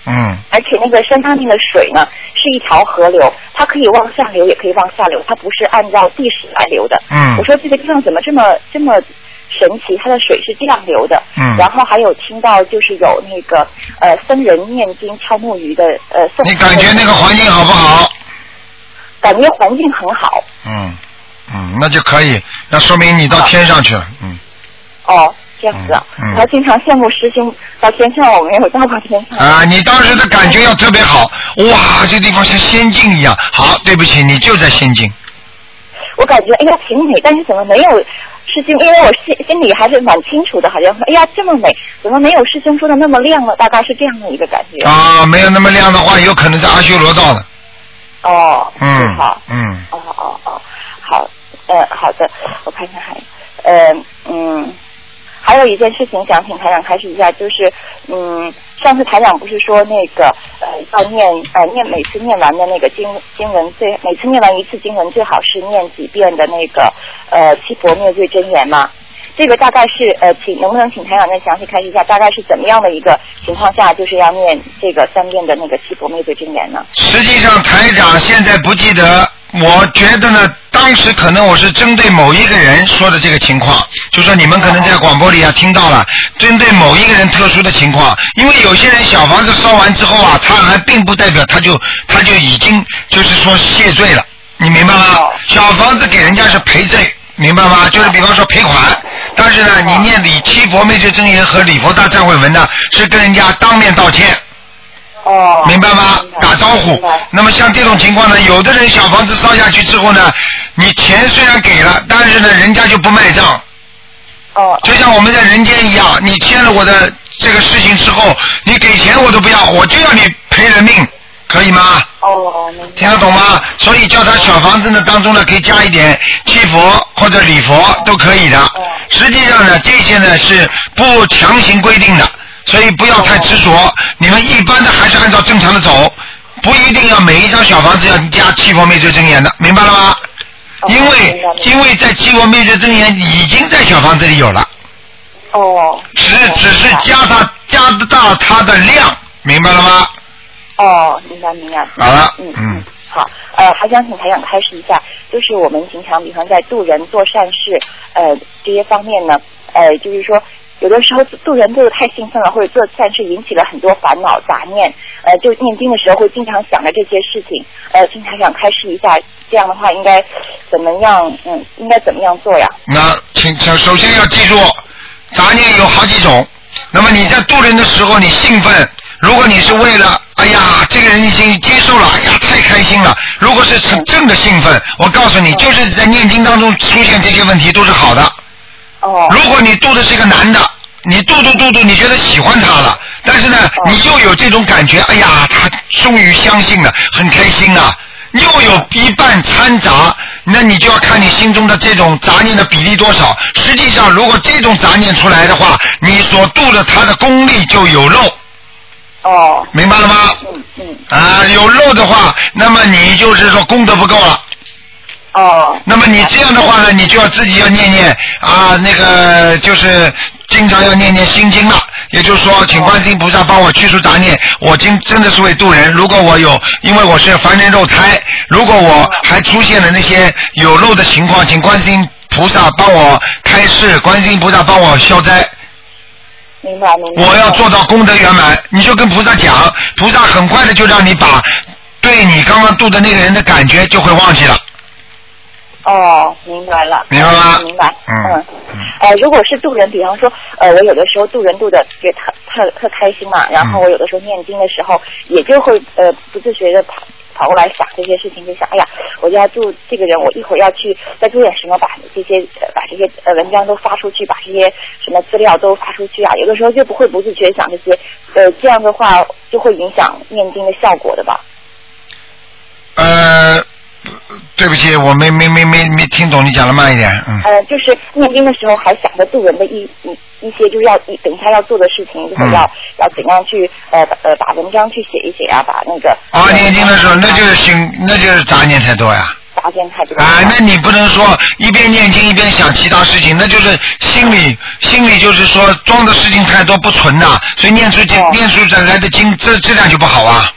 嗯，
而且那个山上面的水呢，是一条河流，它可以往上流，也可以往下流，它不是按照地势来流的。
嗯
我说这个地方怎么这么这么神奇？它的水是这样流的。
嗯
然后还有听到就是有那个呃僧人念经敲木鱼的呃诵。
你感觉那个环境好不好？
感觉环境很好
嗯，嗯，那就可以，那说明你到天上去了，嗯，
哦，这样子啊。
嗯嗯
然后经常羡慕师兄到天上，我没有到过天上。
啊，你当时的感觉要特别好，哇，这地方像仙境一样。好，对不起，你就在仙境，
我感觉哎呀挺美，但是怎么没有师兄？因为我心心里还是蛮清楚的，好像说哎呀这么美，怎么没有师兄说的那么亮呢？大概是这样的一个感觉。
啊，没有那么亮的话，有可能在阿修罗道了，
哦，
嗯
好，，
嗯，
哦哦哦，好，呃，好的，我看看还，呃，嗯。还有一件事情想请台长开始一下，就是，嗯，上次台长不是说那个，呃，要念，呃，念每次念完的那个经经文最，每次念完一次经文最好是念几遍的那个，呃，七佛灭罪真言嘛。这个大概是，呃，请能不能请台长再详细开示一下，大概是怎么样的一个情况下，就是要念这个三遍的那个七佛灭罪真言呢？
实际上台长现在不记得，我觉得呢，当时可能我是针对某一个人说的这个情况，就说你们可能在广播里啊听到了，针对某一个人特殊的情况，因为有些人小房子烧完之后啊，他还并不代表他就他就已经就是说谢罪了，你明白吗
哦？
小房子给人家是赔罪。明白吗？就是比方说赔款，但是呢，你念礼七佛灭罪真言和礼佛大忏悔文呢，是跟人家当面道歉。
哦，
明白吗？打招呼
明白。
那么像这种情况呢，有的人小房子烧下去之后呢，你钱虽然给了，但是呢，人家就不卖账，
哦，
就像我们在人间一样，你欠了我的这个事情之后，你给钱我都不要，我就要你赔人命，可以吗？
哦，明白
听得懂吗？所以叫他小房子呢当中呢，可以加一点七佛或者礼佛都可以的。实际上呢，这些呢是不强行规定的，所以不要太执着。你们一般的还是按照正常的走，不一定要每一张小房子要加七佛灭罪真言的，明白了吗？
哦
因为
明白明白
因为在七佛灭罪真言已经在小房子里有了，
哦，
只只是加它加大它的量，明白了吗？
哦，明白明白。
好了，
嗯
嗯
嗯，好，呃，还想请台长开示一下，就是我们平常，比方在度人、做善事，呃，这些方面呢，呃，就是说，有的时候度人做的太兴奋了，或者做善事引起了很多烦恼杂念，呃，就念经的时候会经常想着这些事情，呃，请台长开示一下，这样的话应该怎么样？嗯，应该怎么样做呀？
那请首首先要记住，杂念有好几种。那么你在渡人的时候，你兴奋，如果你是为了，哎呀，这个人已经接受了，哎呀，太开心了。如果是真正的兴奋，我告诉你，就是在念经当中出现这些问题都是好的。
哦，
如果你渡的是一个男的，你渡渡渡渡，你觉得喜欢他了，但是呢，
哦
你又有这种感觉，哎呀，他终于相信了，很开心啊。又有一半掺杂，那你就要看你心中的这种杂念的比例多少。实际上，如果这种杂念出来的话，你所渡的他的功力就有漏，
哦，
明白了吗？
嗯嗯，
啊，有漏的话，那么你就是说功德不够了。
哦，
那么你这样的话呢，你就要自己要念念啊，那个就是经常要念念心经了。也就是说，请观世音菩萨帮我去除杂念。我今真的是为度人。如果我有，因为我是凡人肉胎，如果
哦
我还出现了那些有漏的情况，请观世音菩萨帮我开示，观世音菩萨帮我消灾。
明白明白。
我要做到功德圆满，你就跟菩萨讲，菩萨很快的就让你把对你刚刚度的那个人的感觉就会忘记了。
哦，明白了。
明白吗
明白。
嗯
嗯
嗯。
呃，如果是渡人，比方说，呃，我有的时候渡人渡的也特特特开心嘛，然
嗯
后我有的时候念经的时候，也就会呃不自觉的跑。跑过来想这些事情，就想，哎呀，我就要渡这个人，我一会儿要去再做点什么，把这些、呃、把这些呃文章都发出去，把这些什么资料都发出去啊。有的时候就不会不自觉地想这些，呃，这样的话就会影响念经的效果的吧？
呃，对不起，我没没没没没听懂，你讲的慢一点，嗯。
呃，就是念经的时候还想着渡人的一一一些，就是要一等一下要做的事情，
嗯
就是要、要怎样去呃把呃把文章去写一写啊，把那个
啊，念经的时候，那就是心，那就是杂念太多呀。
杂念太多了
啊，那你不能说一边念经一边想其他事情，那就是心里心里就是说装的事情太多不纯呐、所以念出经
哦
念出来的经质质量就不好啊，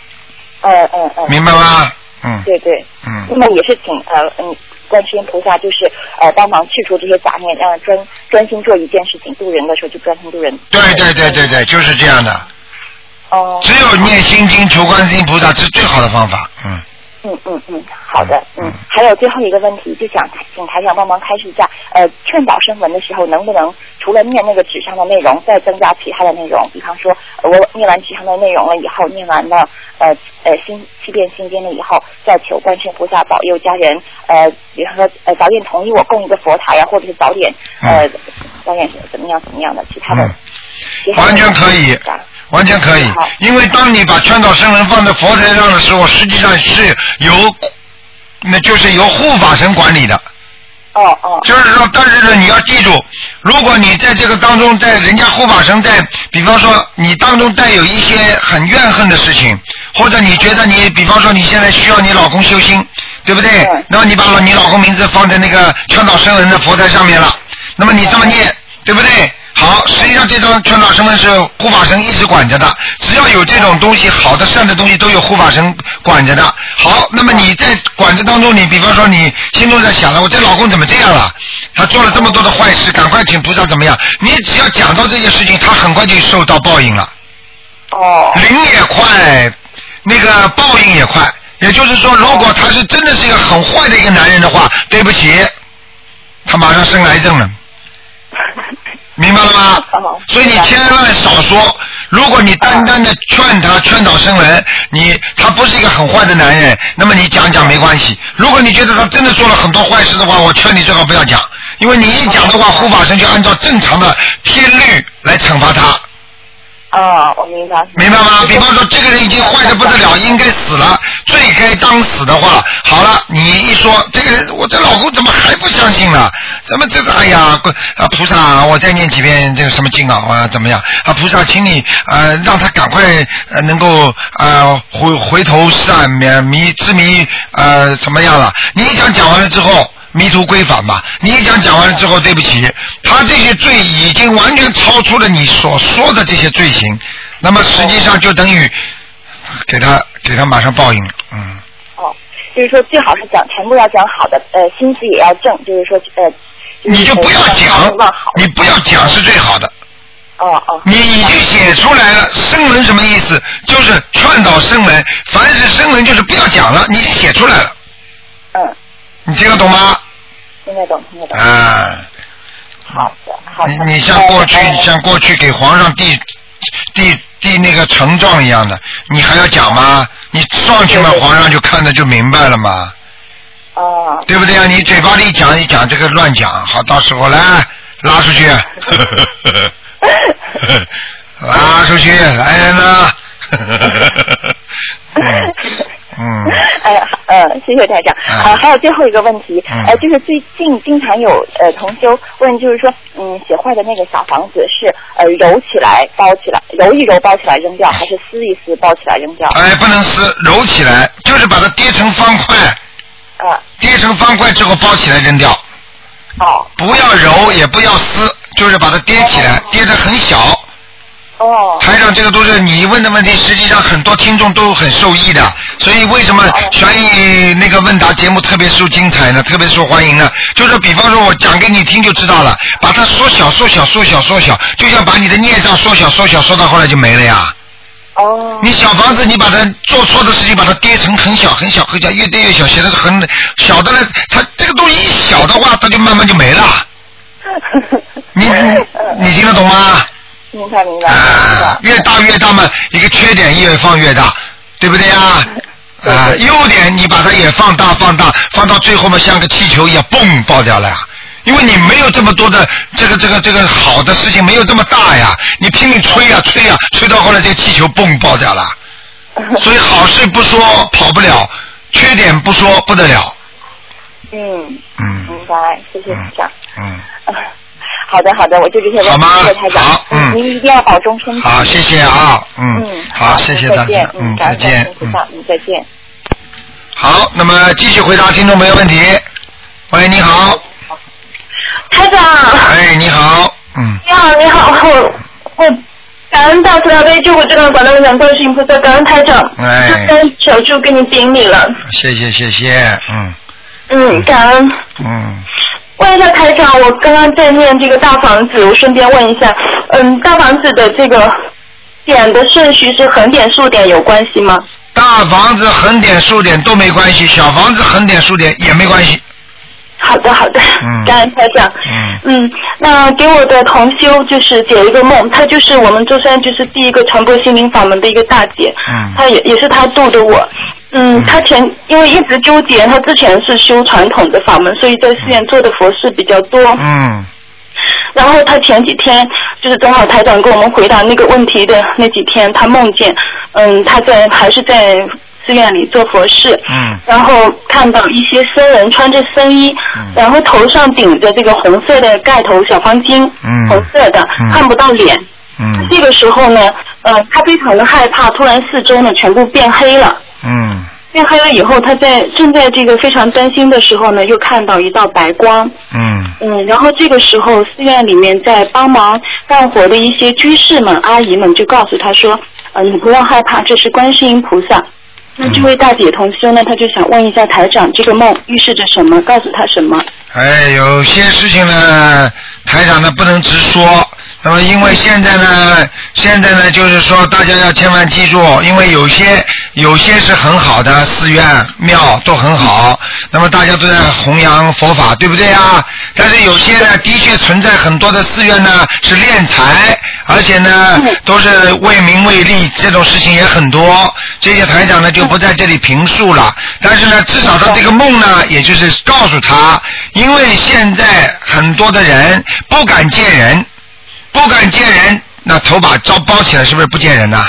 嗯嗯嗯，
明白吗？嗯
对对，那
嗯，
么也是请呃嗯观世音菩萨就是呃帮忙去除这些杂念，让专专心做一件事情，渡人的时候就专心渡人。
对对对对对，就是这样的。
哦，
只有念心经求观世音菩萨是最好的方法。嗯，
嗯嗯嗯，好的，
嗯
嗯，还有最后一个问题，就想请台长帮忙开示一下，呃，劝导声文的时候，能不能除了念那个纸上的内容，再增加其他的内容？比方说，呃我念完纸上的内容了以后，念完了呃呃心七遍心经了以后，再求观世音菩萨保佑家人，呃，比方说呃早点同意我供一个佛台呀、或者是早点呃、早点怎么样怎么样的，其他的，
嗯
其他的
完全可以完全可以
好，
因为当你把劝导声闻放在佛台上的时候，实际上是由，那就是由护法神管理的。
哦哦，
就是说，但是呢，你要记住，如果你在这个当中，在人家护法神在，比方说你当中带有一些很怨恨的事情，或者你觉得你，比方说你现在需要你老公修心，对不对
对？
那么你把你老公名字放在那个劝导声闻的佛台上面了，那么你这么念，对不对？好，实际上这张劝导声闻是护法神一直管着的，只要有这种东西，好的善的东西都有护法神管着的。好，那么你在管着当中，你比方说你心中在想了，我这老公怎么这样了？他做了这么多的坏事，赶快请菩萨怎么样？你只要讲到这些事情，他很快就受到报应了。
哦
灵也快，那个报应也快。也就是说，如果他是真的是一个很坏的一个男人的话，对不起，他马上生癌症了。明白了吗
哦？
所以你千万少说。如果你单单的劝他劝导生人，你他不是一个很坏的男人，那么你讲讲没关系。如果你觉得他真的做了很多坏事的话，我劝你最好不要讲，因为你一讲的话，护法神就按照正常的天律来惩罚他，
啊，我明白。
明白吗？比方说这个人已经坏的不得了，应该死了，罪该当死的话，好了，你一说这个人，我这老公怎么还不相信呢？怎么这个？哎呀，滚啊菩萨啊，我再念几遍这个什么经啊啊怎么样？啊菩萨，请你呃让他赶快呃能够呃回回头是岸，免迷之迷呃怎么样了？你一讲讲完了之后。迷途归返吧，你一讲讲完了之后，对不起，他这些罪已经完全超出了你所说的这些罪行，那么实际上就等于给他给他马上报应了，嗯。
哦，就是说最好是讲全部要讲好的，呃，心思也要正，就是说呃。是
你就不要
呃
讲
忘好，。
你不要讲是最好的。
哦哦。
你已经写出来了，声闻什么意思？就是劝导声闻，凡是声闻就是不要讲了，你已经写出来了，
嗯，
你听得懂吗？
听得懂，听得懂。
啊，
好的，好的。
你你像过去
呃
像过去给皇上递递递那个呈状一样的，你还要讲吗？你上去嘛，
对对对
皇上就看得就明白了嘛。
呃哦，
对不对啊？你嘴巴里讲一讲这个乱讲，好，到时候来拉出去，拉出去，来人呐！嗯嗯，
哎呀，呃，谢谢台长。
嗯
呃，还有最后一个问题，
嗯
呃，就是最近经常有呃同修问，就是说，嗯，写坏的那个小房子是呃揉起来包起来，揉一揉包起来扔掉，还是撕一撕包起来扔掉？
哎，不能撕，揉起来，就是把它跌成方块，
啊、
跌成方块之后包起来扔掉，
哦
不要揉，也不要撕，就是把它跌起来，跌得很小。
哦，
台长，这个都是你问的问题，实际上很多听众都很受益的，所以为什么
哦
悬疑那个问答节目特别受精彩呢？特别受欢迎呢？就是比方说我讲给你听就知道了，把它缩小、缩小、缩小、缩小，就像把你的孽障缩小、缩小，缩到后来就没了呀。
哦，
你小房子，你把它做错的事情，把它跌成很小、很小、很小，越跌越小，写的很小的呢，它这个东西一小的话，它就慢慢就 没了。你你你听得懂吗？
明白明白，明
啊
白，
越大越大嘛，一个缺点越放越大，对不对呀？啊，优点你把它也放大放大，放到最后嘛，像个气球一样，嘣爆掉了呀。因为你没有这么多的这个这个这个好的事情，没有这么大呀，你拼命吹呀、吹呀、吹到后来这个气球嘣爆掉了。所以好事不说跑不了，缺点不说不得了。
嗯，
嗯
明白，谢谢台长。
嗯，
啊 好的好的，我就这些问题，
好吗
谢谢台长。
好嗯
您一定要保重身体。
好，谢谢啊，嗯，好，谢谢大
再
家
见，，
嗯，
感
再
恩
见，
感恩
嗯
菩。萨嗯，再见。
好，那么继续回答听众朋友问题。喂，你好。
台长，
哎，你好。嗯，
你好，你好，我我感恩大慈大悲救苦救难广大灵感观世音菩萨，感恩台长，
哎
跟小猪给你顶礼了，
谢谢谢谢。嗯
嗯，感恩。
嗯，
问一下台长，我刚刚在念这个大房子，我顺便问一下，嗯，大房子的这个点的顺序是横点竖点有关系吗？
大房子横点竖点都没关系，小房子横点竖点也没关系。
好的，好的
嗯，
感恩台长。
嗯
嗯，那给我的同修就是解一个梦，她就是我们舟山就是第一个传播心灵法门的一个大姐，
嗯
她也也是她度的我。嗯
嗯，
她前因为一直纠结，她之前是修传统的法门，所以在寺院做的佛事比较多。
嗯
然后她前几天就是正好台长给我们回答那个问题的那几天，她梦见，嗯，她在还是在寺院里做佛事，
嗯
然后看到一些僧人穿着僧衣，
嗯
然后头上顶着这个红色的盖头小方巾，
嗯
红色的，
嗯
看不到脸。
嗯
这个时候呢，呃，他非常的害怕，突然四周呢全部变黑了。
嗯
变黑了以后，他在正在这个非常担心的时候呢，又看到一道白光，
嗯
嗯，然后这个时候寺院里面在帮忙干活的一些居士们、阿姨们就告诉他说，嗯、你不要害怕，这是观世音菩萨。那这位大姐同修呢，她就想问一下台长，这个梦预示着什么？告诉她什么？
哎，有些事情呢，台长呢不能直说，那么因为现在呢，现在呢，就是说大家要千万记住，因为有些有些是很好的寺院庙都很好，那么大家都在弘扬佛法，对不对啊？但是有些呢，的确存在很多的寺院呢是敛财，而且呢都是为名为利，这种事情也很多。这些台长呢就不在这里评述了，但是呢，至少他这个梦呢，也就是告诉他，因为现在很多的人不敢见人。不敢见人，那头把罩包起来，是不是不见人呐、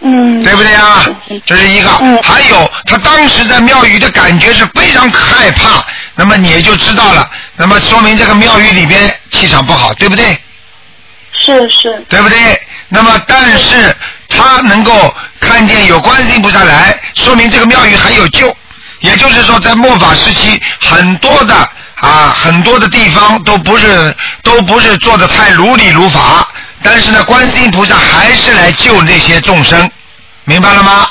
嗯，
对不对啊？这是一个
嗯。
还有，他当时在庙宇的感觉是非常害怕，那么你也就知道了。那么说明这个庙宇里边气场不好，对不对？
是是，
对不对？那么，但是他能够看见有观世音菩萨来，说明这个庙宇还有救。也就是说，在末法时期，很多的啊，很多的地方都不是都不是做的太如理如法，但是呢，观世音菩萨还是来救那些众生，明白了吗？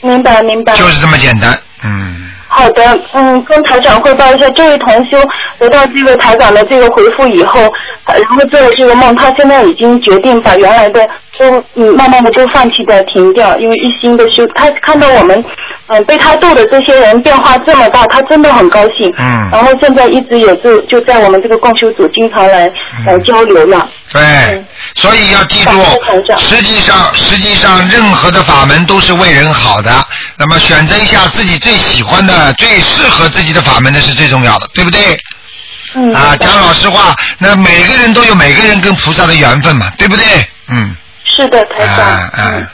明白明白。
就是这么简单，嗯。
好的，嗯，跟台长汇报一下，这位同修得到这个台长的这个回复以后，呃然后做了这个梦，他现在已经决定把原来的都嗯慢慢的都放弃掉、停掉，因为一心的修。他看到我们嗯、被他逗的这些人变化这么大，他真的很高兴。
嗯
然后现在一直也是就在我们这个共修组经常来、来交流了。
对，哎所以要记住
嗯感谢台，长
实际上实际上任何的法门都是为人好的，那么选择一下自己最喜欢的、最适合自己的法门，那是最重要的，对不对？
嗯
啊，讲老实话，那每个人都有每个人跟菩萨的缘分嘛，对不对？嗯，
是的，台长。
啊
嗯
啊，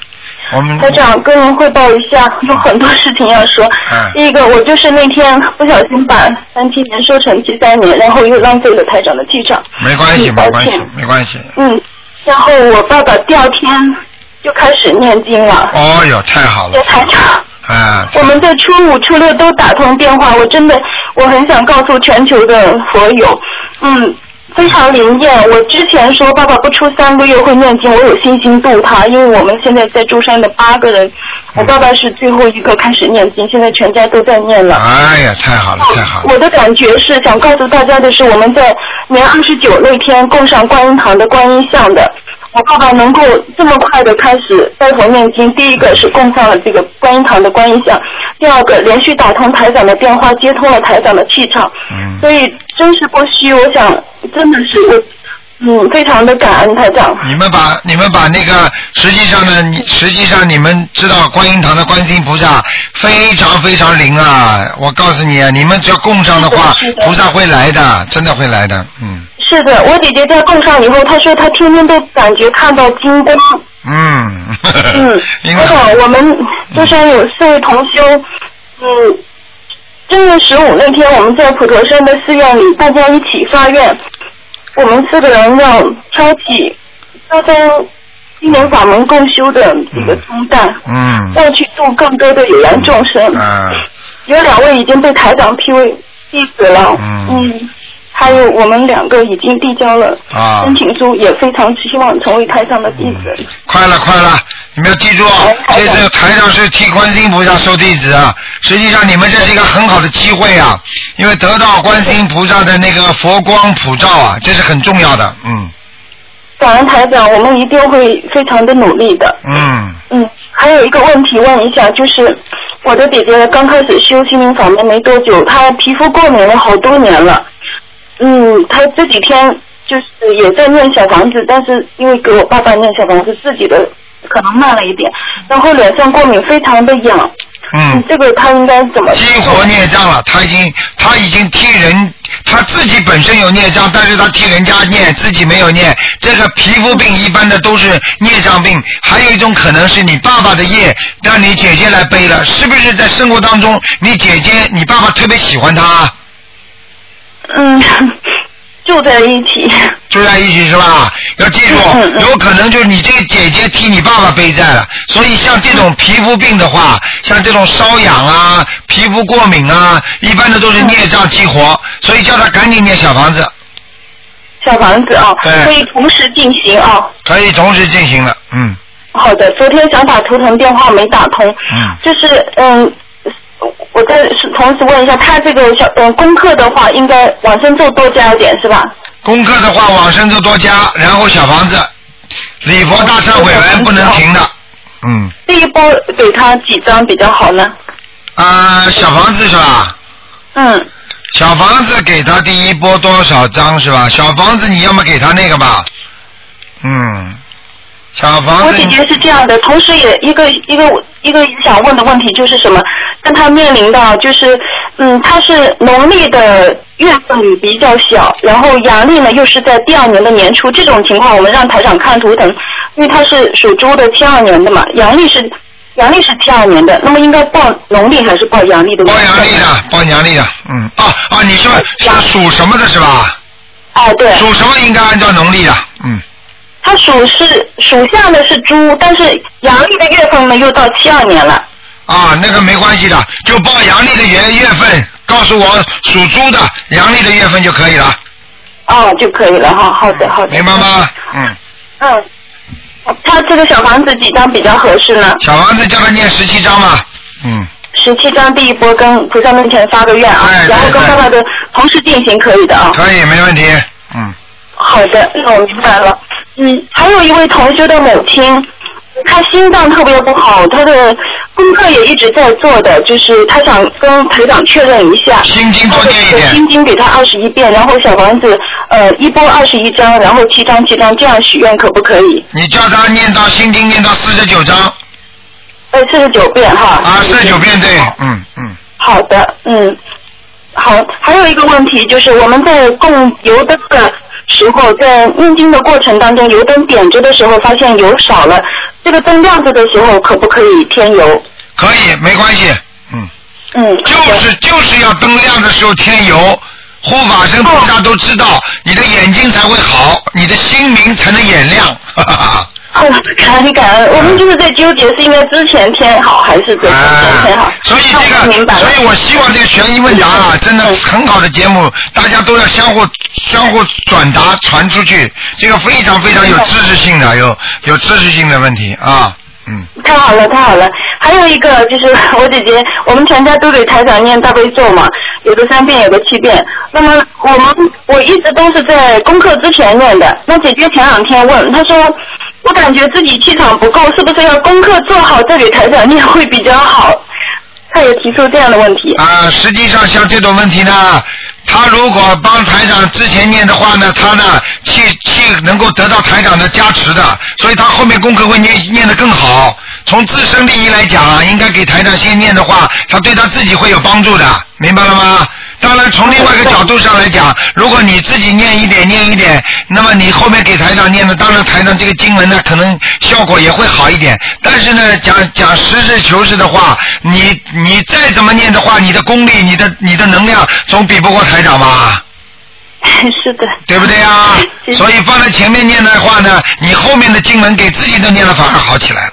我们
台长，跟您汇报一下，有很多事情要说。
嗯
第一个，我就是那天不小心把三七年说成七三年，然后又浪费了台长的气场。
没关系，
嗯
没关系
抱歉，
没关系。
嗯，然后我爸爸第二天就开始念经了。
哦哟，太好
谢
了
谢，台长。
啊，
我们在初五、初六都打通电话，我真的我很想告诉全球的佛友，嗯，非常灵验。我之前说爸爸不出三个月会念经，我有信心度他，因为我们现在在舟山的八个人，我爸爸是最后一个开始念经，现在全家都在念了。
哎呀，太
嗯
好了，太好了，
我的感觉是想告诉大家的是，我们在年二十九那天供上观音堂的观音像的，我爸爸能够这么快的开始带头念经，第一个是供上了这个观音堂的观音像，第二个连续打通台长的电话，接通了台长的气场，
嗯
所以真是不虚，我想真的是我，嗯，非常的感恩台长。
你们把你们把那个，实际上呢，你实际上你们知道观音堂的观世音菩萨非常非常灵啊！我告诉你啊，你们只要供上的话
是的是，的
菩萨会来的，真的会来的，嗯
是的，我姐姐在供上以后，她说她天天都感觉看到金光，
嗯，
嗯，
因为
台长，我们
嗯
舟山有四位同修，嗯，正月十五那天，我们在普陀山的寺院里，大家一起发愿，我们四个人要挑起高中今年法门共修的这个重担，
嗯
要去度更多的有缘众生。
啊
有两位已经被台长批为弟子了，
嗯
嗯，还有我们两个已经递交了
啊嗯
申，请书，也非常希望成为台长的弟子。
快了快了，你们要记住
哎，好
这
的
次台上是替观世音菩萨收弟子啊。实际上你们这是一个很好的机会啊，因为得到观世音菩萨的那个佛光普照啊，这是很重要的，嗯
感恩台长，我们一定会非常的努力的。
嗯。
嗯，还有一个问题问一下，就是我的姐姐刚开始修心灵法门没多久，她皮肤过敏了好多年了。嗯，她这几天就是也在念小房子，但是因为给我爸爸念小房子，自己的可能慢了一点，然后脸上过敏非常的痒。
嗯，
这个她应该怎么？
激活孽障了，他已经他已经替人他自己本身有孽障，但是他替人家念，自己没有念。这个皮肤病一般的都是孽障病，还有一种可能是你爸爸的业让你姐姐来背了，是不是在生活当中你姐姐你爸爸特别喜欢她，
嗯， 住在一起。
住在一起是吧？要记
嗯
住，
嗯
有可能就是你这个姐姐替你爸爸背债了。所以像这种皮肤病的话，像这种瘙痒啊、皮肤过敏啊，一般的都是孽障激活，所以叫他赶紧念小房子，
小房子啊，
对
可以同时进行啊。
可以同时进行了。嗯
好的，昨天想打图腾电话没打通，
嗯
就是嗯，我再是同时问一下，他这个小嗯功课的话，应该往生咒多加一点是吧？
功课的话，往生咒多加，然后小房子，礼佛大忏悔文不能停的。嗯，
第一波给他几张比较好呢？
啊、小房子是吧？
嗯，
小房子给他第一波多少张是吧？小房子你要么给他那个吧，嗯，小房
我
子
姐姐是这样的，同时也一个一个一个想问的问题就是什么？但她面临的就是，嗯，她是农历的月份里比较小，然后阳历呢又是在第二年的年初，这种情况我们让台长看图腾，因为她是属猪的七二年的嘛，阳历是阳历是七二年的，那么应该报农历还是报阳历的？
包阳历。的，包阳历的，嗯，哦哦，你说是属什么的是吧？
哎，对，
属什么应该按照农历的，嗯，
她属是属下的是猪，但是阳历的月份呢又到七二年了。
啊，那个没关系的，就报阳历的月月份，告诉我属猪的阳历的月份就可以了，
哦，就可以了哈，好的好的。
明白吗？嗯，
嗯，他这个小房子几张比较合适呢？
小房子叫他念十七章吧，嗯，
十七张第一波跟菩萨面前发个愿啊
哎，
然后跟
对对
爸爸的同时进行可以的啊。
可以，没问题，嗯，
好的，那我明白了。嗯，还有一位同学的母亲，她心脏特别不好，她的功课也一直在做的，就是她想跟台长确认一下。
心经多
她的
念一点
心经给她二十一遍，然后小房子呃一波二十一张，然后七张七张这样许愿可不可以？
你叫他念到心经念到四十九章。
呃，四十九遍哈。
啊，四十九遍对，嗯嗯，
好的，嗯，好。还有一个问题就是，我们在供油灯的时候，在念经的过程当中，油灯点着的时候，发现油少了，这个灯亮着的时候，可不可以添油？
可以，没关系，嗯，
嗯，
就是就是要灯亮的时候添油，护法神菩萨都知道，你的眼睛才会好，你的心明才能眼亮， 哈哈哈。
好的。感恩感恩，我们就是在纠结是应该之前添好还是之前添好
啊，。所以
那我
这
明
个，
白了
所以我希望这个悬疑问答啊，真的很好的节目，大家都要相互相互转达传出去，这个非常非常有知识性的，有有知识性的问题啊，嗯，
太好了，太好了。还有一个就是我姐姐，我们全家都给台长念大悲咒嘛，有的三遍，有的七遍。那么我们我一直都是在功课之前念的。那姐姐前两天问，她说我感觉自己气场不够，是不是要功课做好再给台长念会比较好？她也提出这样的问题。
啊、实际上像这种问题呢，他如果帮台长之前念的话呢，他呢气气能够得到台长的加持的，所以他后面功课会念念得更好。从自身利益来讲，啊应该给台长先念的话，他对他自己会有帮助的，明白了吗？当然，从另外一个角度上来
哦
讲，如果你自己念一点念一点，那么你后面给台长念的，当然台长这个经文呢，可能效果也会好一点。但是呢，讲讲实事求是的话，你你再怎么念的话，你的功力、你的你的能量，总比不过台长吧，
是的，
对不对 啊？
是
所以放在前面念的话呢，你后面的经文给自己都念的反而好起来了。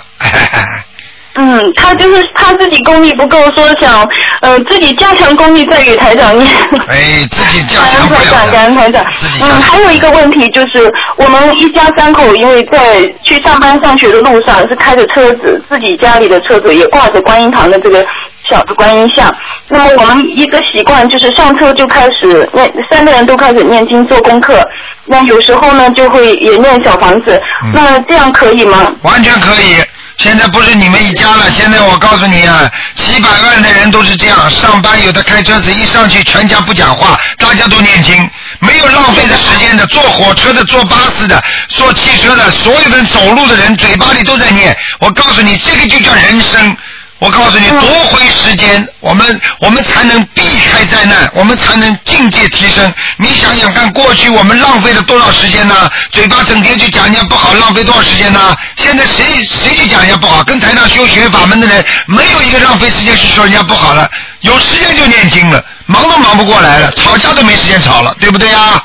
嗯，她就是她自己功力不够，说想呃自己加强功力再给台长念。
哎，自己加
感恩
强 不
台
了
长，感恩台
的
长，
自己加
嗯，
强。
还有一个问题就是，我们一家三口因为在去上班上学的路上是开着车子，自己家里的车子也挂着观音堂的这个小的观音像。那么我们一个习惯就是上车就开始念，三个人都开始念经做功课。那有时候呢就会也念小房子，
嗯
那这样可以吗？嗯
完全可以。现在不是你们一家了，现在我告诉你啊，几百万的人都是这样，上班有的开车子一上去，全家不讲话，大家都念经，没有浪费的时间的，坐火车的，坐巴士的，坐汽车的，所有的人走路的人嘴巴里都在念。我告诉你，这个就叫人生。我告诉你，夺回时间，我们我们才能避开灾难，我们才能境界提升。你想想看，过去我们浪费了多少时间呢？嘴巴整天去讲人家不好，浪费多少时间呢？现在谁谁去讲人家不好？跟台上修学法门的人，没有一个浪费时间去说人家不好了。有时间就念经了，忙都忙不过来了，吵架都没时间吵了，对不对啊？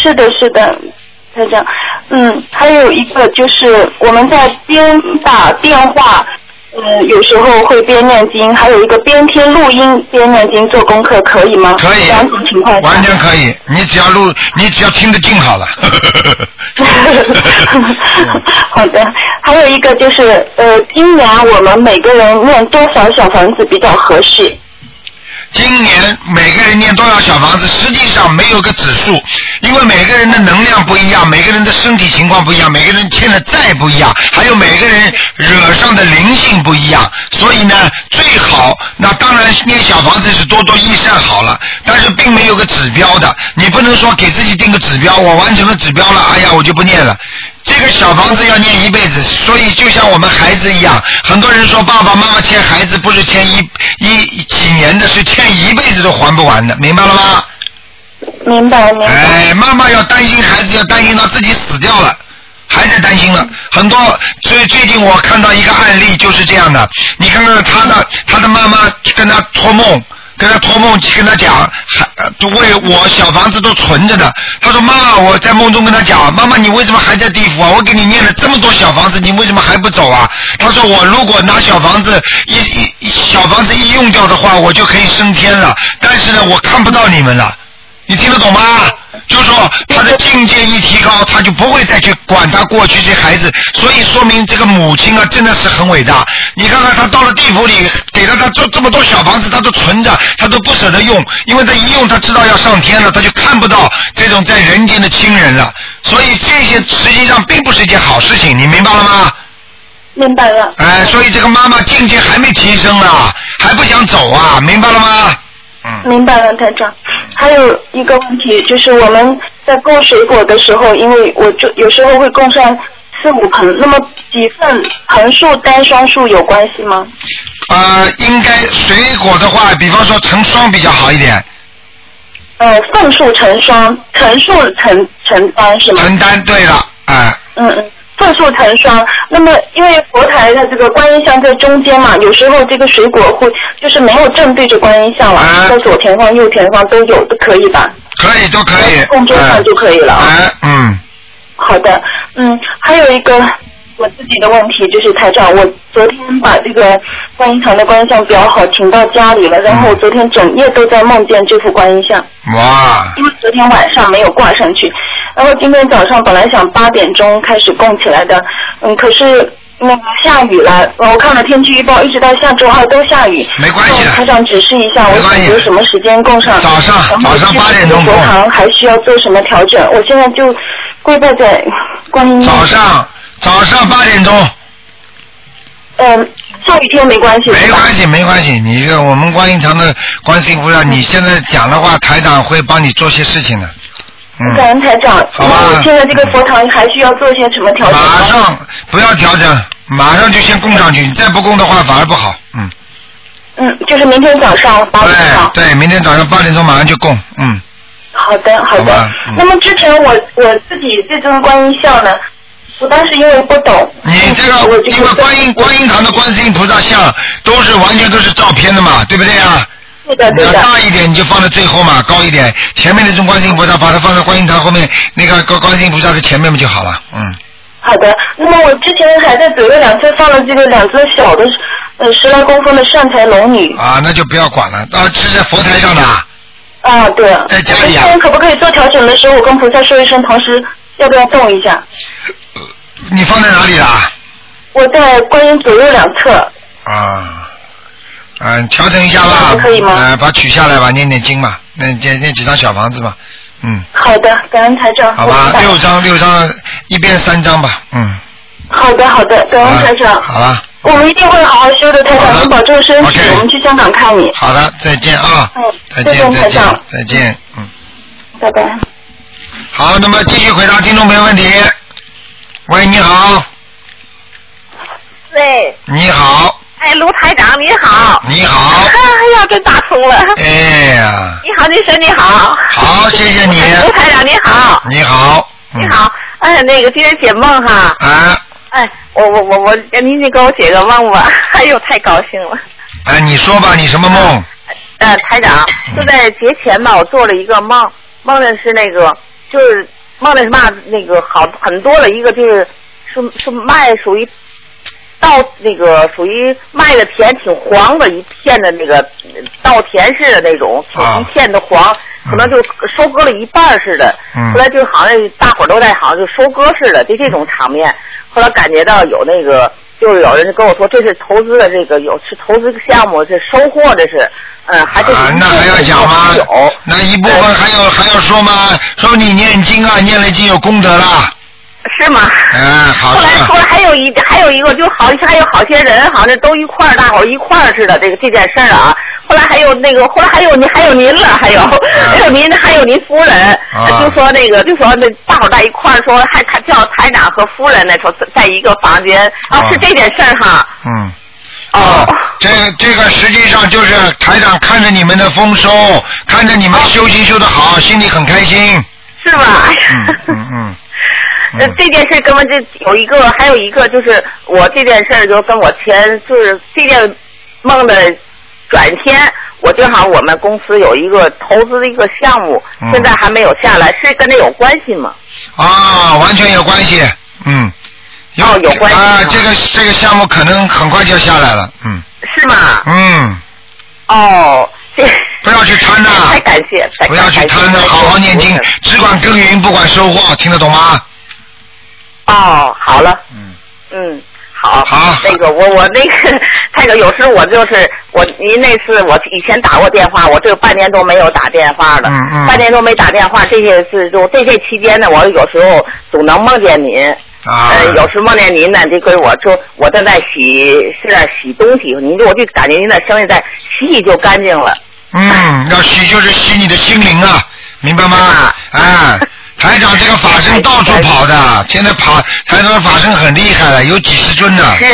是的，是的，台长。嗯，还有一个就是我们在边打电话嗯，有时候会边念经，还有一个边听录音边念经做功课，可以吗？
可以
两种情况，下。
完全可以。你只要录，你只要听得进好了。
好的，还有一个就是，呃，今年我们每个人念多少小房子比较合适？
今年每个人念多少小房子，实际上没有个指数，因为每个人的能量不一样，每个人的身体情况不一样，每个人欠的债不一样，还有每个人惹上的灵性不一样，所以呢，最好那当然念小房子是多多益善好了，但是并没有个指标的，你不能说给自己定个指标，我完成了指标了，哎呀，我就不念了。这个小房子要念一辈子，所以就像我们孩子一样，很多人说爸爸妈妈欠孩子不是欠一一几年的，是欠一辈子都还不完的，明白了吗？
明白，明白。
哎，妈妈要担心孩子，要担心到自己死掉了，还在担心了。很多，所以最近我看到一个案例就是这样的。你看看他的，他的妈妈跟他托梦，跟他托梦，跟他讲，还呃为我小房子都存着的。他说妈妈，我在梦中跟他讲，妈妈你为什么还在地府啊？我给你念了这么多小房子，你为什么还不走啊？他说我如果拿小房子一一一小房子一用掉的话，我就可以升天了。但是呢，我看不到你们了。你听得懂吗？就说他的境界一提高，他就不会再去管他过去这孩子，所以说明这个母亲啊，真的是很伟大。你看看他到了地府里，给了他这这么多小房子，他都存着，他都不舍得用，因为他一用，他知道要上天了，他就看不到这种在人间的亲人了。所以这些实际上并不是一件好事情，你明白了吗？
明白了，
哎，所以这个妈妈境界还没提升啊，还不想走啊，明白了吗？嗯，
明白了，台长。还有一个问题就是我们在供水果的时候，因为我就有时候会供上四五盆，那么几份盆数单双数有关系吗？
呃，应该水果的话，比方说成双比较好一点。
呃，份数成双，成数成成单是吗？
承担对了，哎、
嗯嗯，份数成双。那么因为佛台的这个观音像在中间嘛，有时候这个水果会就是没有正对着观音像了，
啊
在左前方、右前方都有，都可以吧？
可以都可以。
供桌上就可以了啊
哎、哎嗯，
好的，嗯，还有一个我自己的问题就是台长，我昨天把这个观音堂的观音像裱好，请到家里了，然后我昨天整夜都在梦见这幅观音像，
哇，
因为昨天晚上没有挂上去，然后今天早上本来想八点钟开始供起来的，嗯，可是。那个下雨了，我看了天气预报，一直到下周二都下雨。
没关系的
台长指示一下，
没
我
关系
有什么时间供上？
早上
然后
早上
具体
8点钟
佛
供
堂还需要做什么调整？我现在就跪拜在观音
早上早上八点钟，
嗯，下雨天没关系，
没
是吧
关系没关系，你这个我们观音堂的观世音菩萨，
嗯
你现在讲的话，台长会帮你做些事情的。
感
嗯，
恩台长，
好吧
那我现在这个佛堂还需要做些什么调整
马
吗？
上不要调整，马上就先供上去，你再不供的话反而不好。嗯，
嗯，就是明天早上八点
对
钟。
对，明天早上八点钟马上就供。嗯，
好的，好的。
好吧嗯
那么之前我我自己对这尊观音像呢，我当时因为不懂，
你这
哎我
个
就
因为观音观音堂的观世音菩萨像都是完全都是照片的嘛，对不对啊？
对的
你
对
要
的，
大一点，你就放在最后嘛，高一点。前面那种观世音菩萨，把它放在观音堂后面，那个观观世音菩萨的前面不就好了？嗯，
好的。那么我之前还在左右两侧放了这个两尊小的，呃，十来公分的善财龙女。
啊，那就不要管了。啊，是在佛台上的啊，
啊，对。
在家里啊
我之前可不可以做调整的时候，我跟菩萨说一声，同时要不要动一下？
你放在哪里啦？
我在观音左右两侧，
啊，嗯、调整一下吧。
啊可以吗
呃，把它取下来吧，念念经嘛，念念念几张小房子嘛。嗯，
好的，感恩台长。
好吧
我，明白
六张六张，一边三张吧。嗯，
好的，好的，感恩台长。
啊好了，
我们一定会好好修的，台
好的
长，您保重身体
OK
我们去香港看你。
好了，再见啊，
嗯
再
再
见
见
再
台
见
长
再见，嗯。
拜拜。
好，那么继续回答听众朋友问题。喂，你好，
喂，
你好，
哎，卢台长你好，
你好，
哎呀，真打通了，
哎呀，
你好，女神你好，
好，谢谢你，
哎卢台长你好，
你好，嗯
你，好，哎，那个今天解梦哈，
啊，
哎，我我我我，您您给我解个梦吧，哎呦，太高兴了。
哎，你说吧，你什么梦？
呃，台长，就在节前吧，我做了一个梦，梦见是那个，就是梦见是嘛，那个好很多了，一个就是是是卖属于稻那个属于麦的田挺黄的一片的那个呃稻田似的那种，挺
啊
一片的黄，可能就收割了一半儿似的。
嗯
后来就好像大伙儿都在好像就收割似的，就这种场面。后来感觉到有那个，就是有人就跟我说这是投资的这个有是投资项目，这收获这是，嗯，还这是
啊，那还要讲吗？那一部分还有还要说吗？说你念经啊，念了已经有功德了。
是吗？
哎，好
后来
的
后。来还有一还有一个，就好还有好些人，好像都一块儿，大伙儿一块儿似的，这个这件事儿啊。后来还有那个，后来还有您，还有您了，还有、还有您，还有您夫人，
嗯啊
就说那个，就说那大伙儿在一块儿说，还他叫台长和夫人呢，说在一个房间啊，
啊
是这件事儿哈。
嗯。
哦，
这这个实际上就是台长看着你们的丰收，看着你们修行修得好，心里很开心。
是吧？哎呀
嗯嗯嗯。
呃，这件事根本就有一个，还有一个就是我这件事儿就跟我前就是这件梦的转天，我正好我们公司有一个投资的一个项目
嗯，
现在还没有下来，是跟这有关系吗？
啊，完全有关系。嗯。
哦有关系
啊
是，吧
这个这个项目可能很快就要下来了。嗯
是吗？
嗯，
哦，这
不要去贪呐、
太感谢，太
不要去贪了，好好念经，只管耕耘，不管收获，听得懂吗？
哦，好了，
嗯，
嗯。好，
好
那个我我那个 太哥，有时我就是我您那次我以前打过电话，我这半年都没有打电话了，
嗯嗯
半年都没打电话，这些是就这些期间呢，我有时候总能梦见您，
啊，
呃，有时梦见您呢，就跟我说我正在洗是在洗东西，您就我就感觉您的声音在洗洗就干净了，
嗯，要洗就是洗你的心灵啊，明白吗？
啊
哎，台长这个法身到处跑的，现在跑台长的法身很厉害了，有几十尊呢。
是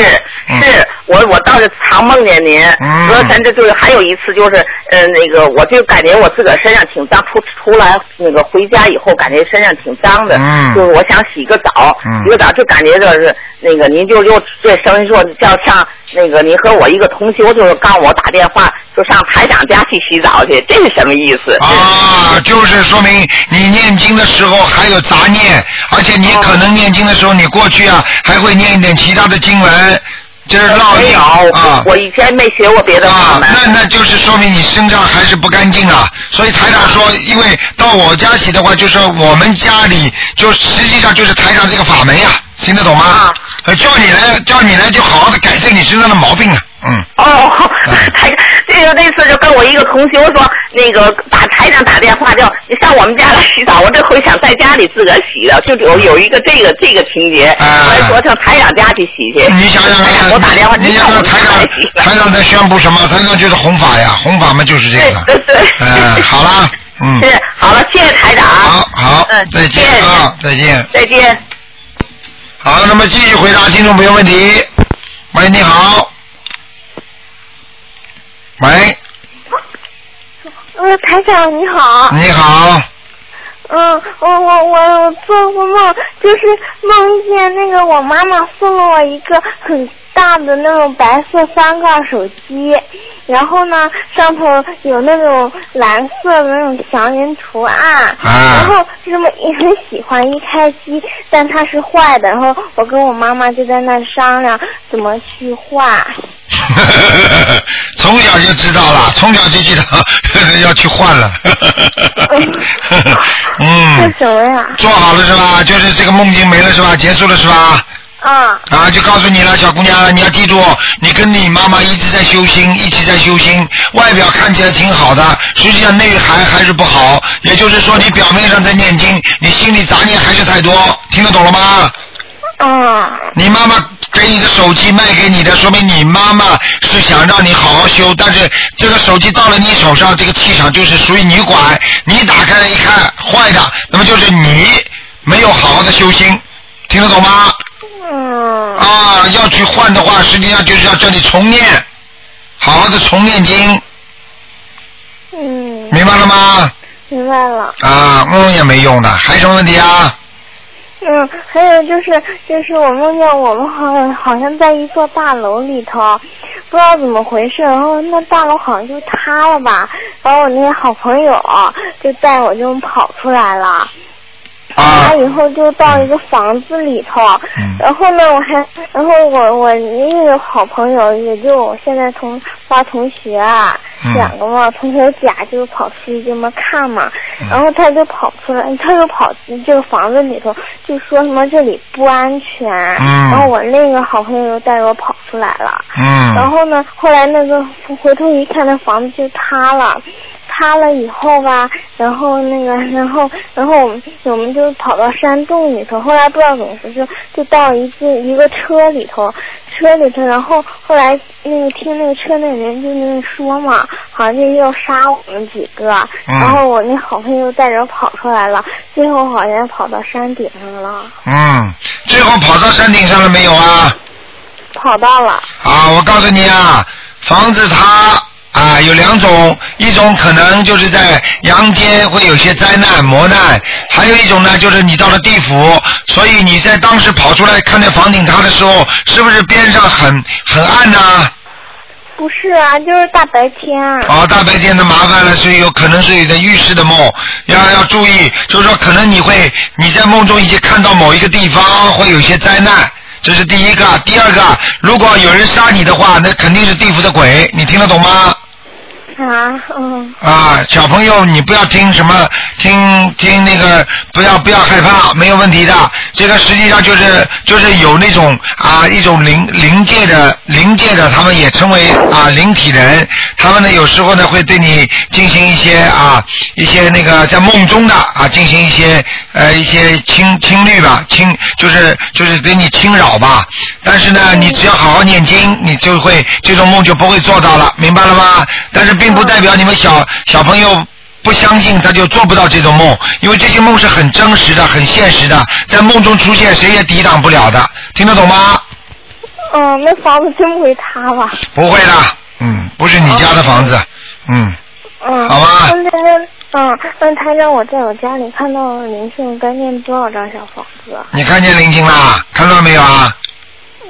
嗯
是，我我倒是常梦见您。
嗯
说咱这就是还有一次就是，呃，那个我就感觉我自个儿身上挺脏，出出来那个回家以后感觉身上挺脏的，
嗯
就是我想洗个澡，
嗯
洗个澡就感觉就是那个您就又这声音说叫像那个您和我一个同修就是刚我打电话就上台长家去洗澡去，这是什么意思？
啊，就是说明你念经的时候还有杂念，而且
哦
你可能念经的时候，你过去啊还会念一点其他的经文，就是烙
哎没
印
有，
啊。
我以前没学过别的法
啊，
门。
那那就是说明你身上还是不干净啊。所以台长说，因为到我家洗的话，就说我们家里就实际上就是台长这个法门呀、听得懂吗？
啊
呃，叫你来，叫你来，就好好的改正你身上的毛病啊。嗯，
哦
嗯，
台，这个那次就跟我一个同学说，那个打台长打电话叫你上我们家来洗澡，我这回想在家里自个儿洗了，就有有一个这个这个情节，
啊
后来说上台长家去洗去，
你想想
台长
看，
给我打电话，
你
上
想
我
想
们
台
家来洗
长，台
了，
长在宣布什么？台长就是弘法呀，弘法嘛就是这个。
对对 对
嗯，好啦， 嗯，
是好了，谢谢台长，
好好
嗯，
再见
谢谢
啊，再见。
再见。
好，那么继续回答听众朋友问题。喂，你好。喂，
呃，台长你好，
你好。
嗯，我我我我做过梦，就是梦见那个我妈妈送了我一个很大的那种白色翻盖手机，然后呢上头有那种蓝色的那种祥云图案，然
啊
后这么也很喜欢，一开机，但它是坏的，然后我跟我妈妈就在那商量怎么去画，
从小就知道 了，从小就知道 要去换了。
这
嗯，
什么呀？
做好了是吧？就是这个梦境没了是吧？结束了是吧？
啊，
啊，就告诉你了，小姑娘，你要记住，你跟你妈妈一直在修心，一直在修心，外表看起来挺好的，实际上内涵还是不好。也就是说，你表面上在念经，你心里杂念还是太多，听得懂了吗？
啊，
你妈妈给你的手机卖给你的，说明你妈妈是想让你好好修，但是这个手机到了你手上，这个气场就是属于你管，你打开了一看，坏的，那么就是你没有好好的修心，听得懂吗？
嗯，
啊，要去换的话，实际上就是要叫你重念，好好的重念经，
嗯，
明白了吗？
明白了。
啊，嗯也没用的，还有什么问题啊？
嗯，还有就是，就是我梦见我们好像好像在一座大楼里头，不知道怎么回事，然后那大楼好像就塌了吧，然后我那些好朋友就带我就跑出来了，
啊
然后以后就到一个房子里头，
嗯
然后呢，我还，然后我我那个好朋友也就我现在同班同学啊，
嗯
两个嘛，同学甲就跑去这么看嘛，
嗯
然后他就跑出来，他就跑进这个房子里头，就说什么这里不安全，
嗯
然后我那个好朋友就带着我跑出来了，
嗯，
然后呢，后来那个回头一看，那房子就塌了。塌了以后吧，然后那个，然后，然后我们我们就跑到山洞里头。后来不知道怎么回事，就到一个一个车里头，车里头。然后后来那个听那个车那人就那个说嘛，好像就要杀我们几个。
嗯
然后我那好朋友带着跑出来了，最后好像跑到山顶上了，
嗯，最后跑到山顶上了没有啊？
跑到了。
啊，我告诉你啊，房子塌啊有两种，一种可能就是在阳间会有些灾难磨难，还有一种呢就是你到了地府，所以你在当时跑出来看见房顶塌的时候，是不是边上很很暗啊呐、
不是啊，就是大白天啊。
哦，大白天的麻烦了，所以有可能是有点预示的梦，要要注意，就是说可能你会你在梦中已经看到某一个地方会有一些灾难，这是第一个。第二个，如果有人杀你的话，那肯定是地府的鬼，你听得懂吗？
啊，嗯。
啊，小朋友，你不要听什么，听听那个，不要不要害怕，没有问题的。这个实际上就是就是有那种啊一种灵灵界的灵界的，他们也称为啊灵体人，他们呢有时候呢会对你进行一些啊一些那个在梦中的啊进行一些呃一些侵侵略吧，侵就是就是对你侵扰吧。但是呢，你只要好好念经，你就会这种梦就不会做到了，明白了吗？但是并不代表你们小小朋友。不相信他就做不到这种梦，因为这些梦是很真实的、很现实的，在梦中出现谁也抵挡不了的，听得懂吗？
嗯，那房子真不会塌吧？
不会的，嗯，不是你家的房子，嗯，
嗯。
好吧
那那嗯，那他让我在我家里看到灵性，该念多少张小房子？
你看见灵性啦，看到没有啊？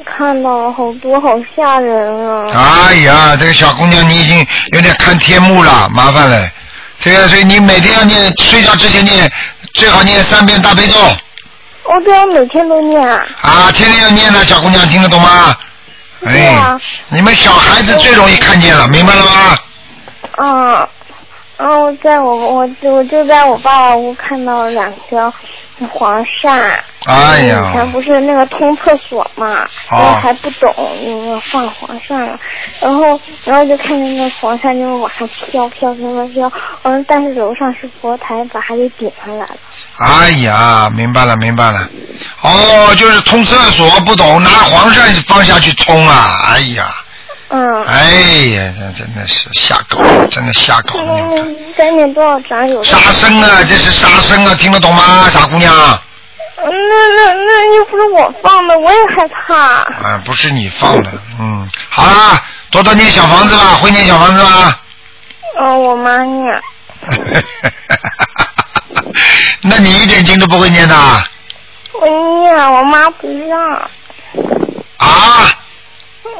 看到了好多，好吓人啊！
哎呀，这个小姑娘你已经有点看天幕了，麻烦了。这个，所以你每天要念，睡觉之前念，最好念三遍大悲咒
哦，对，我每天都念啊。
啊，天天要念的，小姑娘听得懂吗？
对
哎
啊，
你们小孩子最容易看见了，明白了吗？
嗯，然后哦在我我就我就在我爸爸屋看到两条黄鳝。
哎呀
以，前不是那个通厕所嘛，
哦
然后还不懂那个放黄鳝了，然后然后就看见那黄鳝就往上飘飘飘飘飘，嗯，但是楼上是佛台，把它给顶上来了。
哎呀，明白了，明白了。哦，就是冲厕所不懂，拿黄鳝放下去冲啊！哎呀，
嗯，
哎呀，这真的是瞎搞，真的瞎搞。你们看
嗯，该念多少章有的？
杀生啊，这是杀生啊，听得懂吗，傻姑娘？
嗯那那那又不是我放的，我也害怕。
啊，不是你放的，嗯，好啦，多多念小房子吧，会念小房子吗？
嗯，我妈念，
那你一点经都不会念的啊？
我念，哎我妈不让。
啊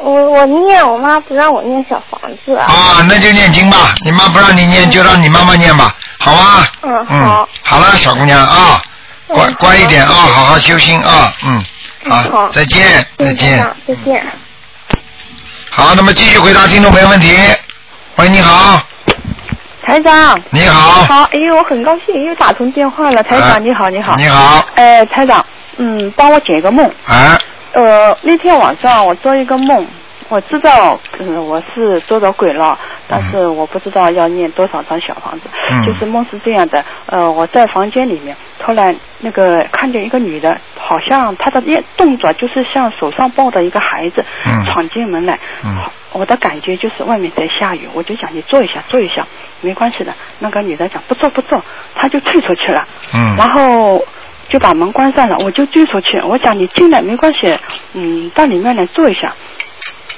我我念，我妈不让我念小房子。
啊，那就念经吧，你妈不让你念，就让你妈妈念吧，好吗？
嗯
嗯
好，
好了，小姑娘啊，乖
嗯好
乖一点啊，好好修心啊，嗯，
嗯
好，
好
再见，再见。
嗯再见。
好，那么继续回答听众朋友问题。喂，你好，
台长，
你好，
好，哎呦，我很高兴又打通电话了，台
哎
长你好，你好，
你好，
哎，台长，嗯，帮我解个梦，
哎，
呃，那天晚上我做一个梦，我知道，嗯，我是做着鬼了，但是我不知道要念多少张小房子。
嗯
就是梦是这样的，呃，我在房间里面，突然那个看见一个女的，好像她的念动作就是像手上抱着一个孩子、
嗯
闯进门来。
嗯
我的感觉就是外面在下雨，我就想你坐一下，坐一下，没关系的。那个女的讲不坐不坐，她就退出去了。
嗯，
然后就把门关上了，我就追出去。我讲你进来没关系，嗯，到里面来坐一下。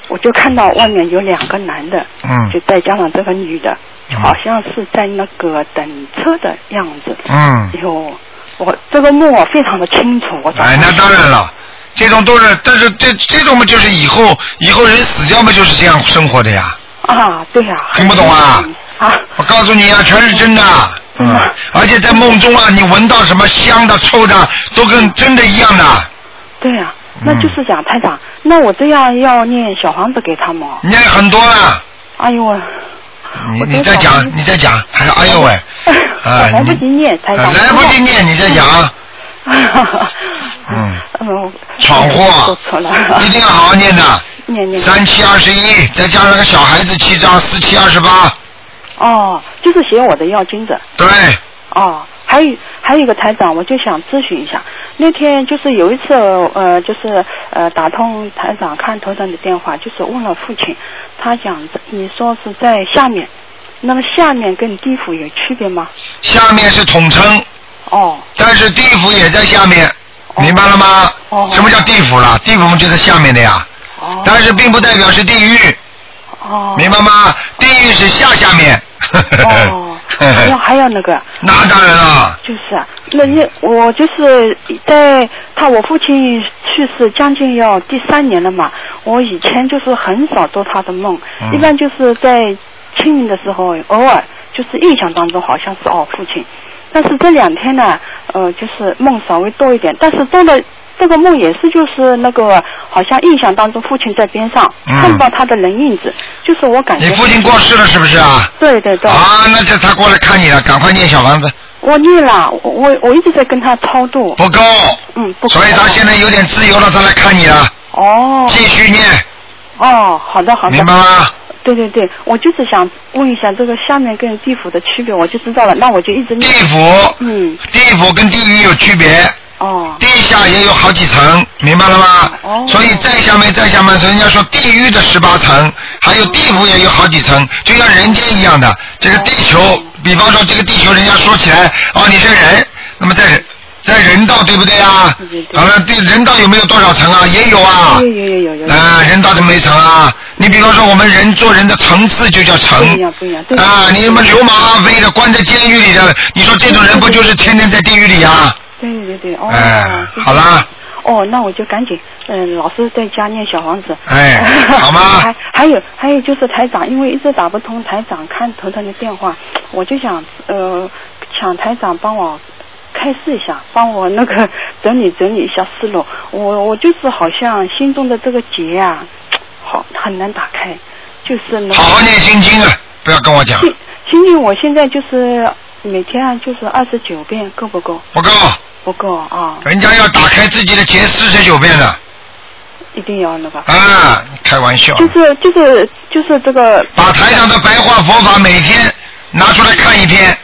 我就看到外面有两个男的，
嗯
就再加上这个女的，
嗯
好像是在那个等车的样子。
嗯，
哟，我这个梦我非常的清楚，我早上
哎，那当然了，这种都是，但是这这种嘛，就是以后以后人死掉嘛，就是这样生活的呀。
啊，对呀、
听不懂啊
啊，
我告诉你啊，全是真的，嗯，而且在梦中啊，你闻到什么香的、臭的，都
嗯
跟真的一样的。
对呀、
嗯
那就是讲台长，那我这样要念小房子给他们哦。
你念很多了，
哎呦我，
你
嗯我
你
多
再
少
讲，你再讲，还有哎 呦喂，啊，
来不
你
及念，台
啊
长。
来不及念，你再讲啊，嗯，
嗯，
闯
说
祸，
错了，
一定要好好念 的，
念念。
三七二十一，再加上个小孩子七张，四七二十八，
哦，就是写我的药经者。
对，
哦，还有还有一个台长，我就想咨询一下，那天就是有一次，呃，就是呃，打通台长看头上的电话，就是问了父亲，他讲你说是在下面，那么下面跟地府有区别吗？
下面是统称，
哦
但是地府也在下面，明白了吗？
哦
什么叫地府了？地府我们就在下面的呀，
哦
但是并不代表是地狱，
哦
明白吗？地狱是下下面。
哦，还要还要那个，
那当然了，
就是啊，那些我就是在他我父亲去世将近要第三年了嘛，我以前就是很少做他的梦，
嗯
一般就是在清明的时候，偶尔就是印象当中好像是哦父亲，但是这两天呢，呃，就是梦稍微多一点，但是做的这个梦也是就是那个好像印象当中父亲在边上，
嗯
看不到他的人影子，就是我感觉
你父亲过世了是不是啊？
对对对。
啊，那这他过来看你了，赶快念小房子，
我念了，我我我一直在跟他超度，
不够，
嗯，不可
所以他现在有点自由了，他来看你了，
哦
继续念，
哦，好的好的
明，白吗？
对对对，我就是想问一下这个下面跟地府的区别，我就知道了，那我就一直
地
念，
府，
嗯，
地府跟地狱有区别，
哦
地下也有好几层，明白了吗
哦？
所以再下面再下面，所以人家说地狱的十八层，还有地府也有好几层，就像人间一样的。这个地
哦
球，比方说这个地球，人家说起来，哦，你是人，那么在在人道对不对啊
对对？对
好了，对人道有没有多少层啊？也有啊
有。有有有有有，
啊，人道就没层啊。你比方说，我们人做人的层次就叫层
不一样不一样，对
啊。你什么流氓阿飞的，关在监狱里的，你说这种人不就是天天在地狱里啊？
对对对，哦，
哎，
就是
好啦。
哦，那我就赶紧，嗯，老师在家念小房子。
哎好吗
还还有还有就是台长，因为一直打不通台长看头头的电话，我就想呃，请台长帮我开示一下，帮我那个整理整理一下思路。我我就是好像心中的这个结啊，好很难打开，就是能
好好念心经啊，不要跟我讲，
心心境，我现在就是每天啊就是二十九遍够不够？
不够，
不够啊，
人家要打开自己的结四十九遍的
一定要那个。
啊，开玩笑。
就是就是就是这个，
把台上的白话佛法每天拿出来看一篇，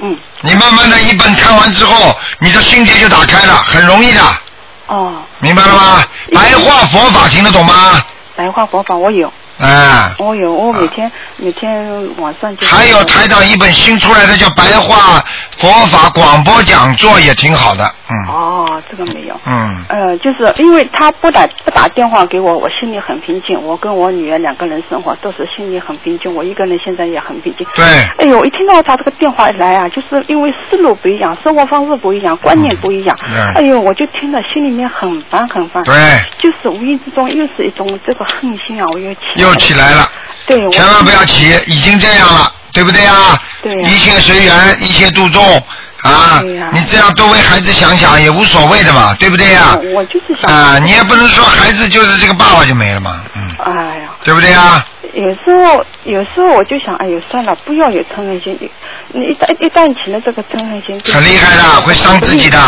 嗯，
你慢慢的一本看完之后，你的心结就打开了，很容易的，
哦，
明白了吗？白话佛法听得懂吗？
白话佛法我有，
啊，
我有，我每天、每天晚上就是
还有台长一本新出来的叫《白话佛法广播讲座》也挺好的，嗯
哦，这个没有。
嗯，
呃，就是因为他不打不打电话给我，我心里很平静。我跟我女儿两个人生活，都是心里很平静。我一个人现在也很平静。
对，
哎呦，一听到他这个电话一来啊，就是因为思路不一样，生活方式不一样，观念不一样。
嗯
哎呦，我就听了心里面很烦很烦。
对
就是无意之中又是一种这个恨心啊，我又起来
又起来了。
对，我
千万不要急，已经这样了，对不对啊？
对呀
一切随缘，一切注重啊
对呀！
你这样多为孩子想想也无所谓的嘛，对不对呀？
嗯我就是想，
啊，你也不能说孩子就是这个爸爸就没了嘛，嗯，
哎呀，
对不对啊？
有时候有时候我就想，哎呦，算了，不要有嗔恨心。你一旦一旦起了这个嗔恨心，就
很厉害的，会伤自己的。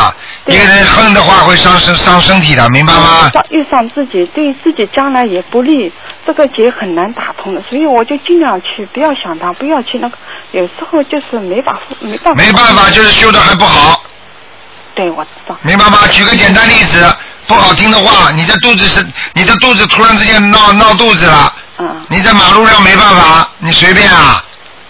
一
对
个人恨的话，会伤身伤身体的，明白吗？
伤遇上自己，对自己将来也不利，这个结很难打通的。所以我就尽量去不要想他，不要去那个。有时候就是没办法，没办法。
没办法，就是修的还不好，
对，我知道。
明白吗？举个简单例子，不好听的话，你的肚子是你的肚子突然之间闹闹肚子了，
嗯
你在马路上没办法，你随便啊。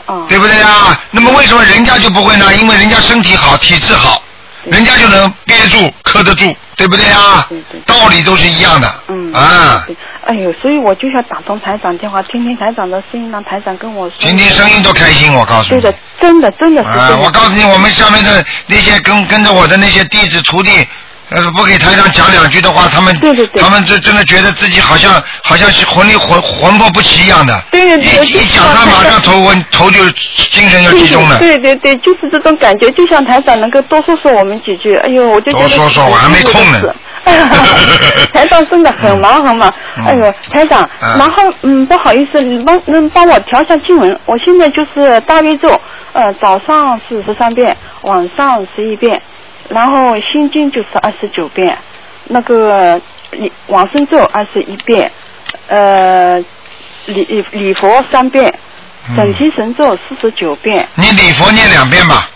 嗯。
对不对啊？那么为什么人家就不会呢？因为人家身体好，体质好，
对
人家就能憋住、克得住，对不对啊
对对？对
道理都是一样的。
嗯
啊，
对，哎呦，所以我就想打通台长电话，听听台长的声音，让台长跟我说。
听听声音多开心，我告诉
对
你
的。， 真的，真的是
啊
真，的
我告诉你，我们下面的那些跟跟着我的那些弟子徒弟，要是不给台长讲两句的话，他们
对对对
他们这真的觉得自己好像好像是魂力魂魂魄不齐一样的。
对对对我
一
就
一
知
讲
道
他
台
马
长
上头昏头就精神就集中了。
对对对，就是这种感觉，就像台长能够多说说我们几句。哎呦，我就觉得
多说说我还没空呢
台长真的很忙很忙。
嗯
哎呦，台长，
嗯
然后嗯，不好意思，你帮能帮我调一下经文？我现在就是大悲咒，呃，早上是十三遍，晚上十一遍，然后心经就是二十九遍，那个礼往生咒二十一遍，呃，礼礼佛三遍，
嗯
整提神咒四十九遍。
你礼佛念两遍吧，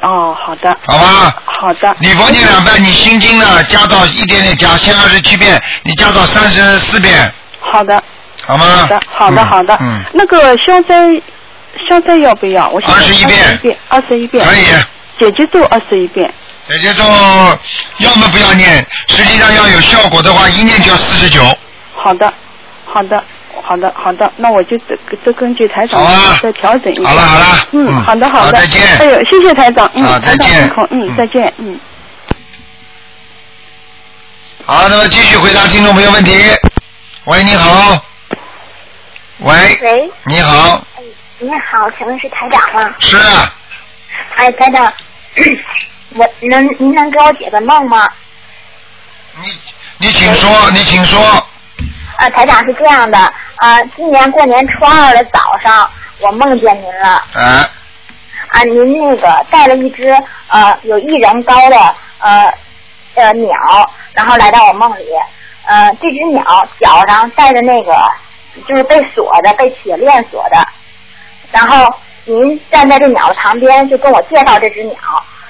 哦，好的，
好吧？
好的。
礼佛念两遍，你心经呢加到一点点加，先二十七遍，你加到三十四遍，
好的，
好吗？
好的，好的，
嗯
好的。
嗯，
那个消灾，消灾要不要？我想
21遍
二十一遍，
可以。
姐姐咒二十一遍。
姐姐咒要么不要念，实际上要有效果的话，一念就要四十九，
好的，好的，好的，好的。那我就这这根据台长
好啊
再调整一下。
好了好了
嗯
嗯，
好的
好
的。
再见
哎呦，谢谢台长。嗯，
好再
台长
见
辛苦。嗯
嗯，
再见。嗯。
好，那么继续回答听众朋友问题。喂，你好。喂，
喂，
你好，
你好，请问是台长吗？
是啊
哎，台长， 我能您能给我解个梦吗？
你，你请说，你请说。
啊，台长是这样的，啊，今年过年初二的早上，我梦见您了，
哎，
啊，您那个带了一只呃有一人高的呃呃鸟，然后来到我梦里，呃，这只鸟脚上带着那个就是被锁的，被铁链锁的，然后您站在这鸟的旁边，就跟我介绍这只鸟，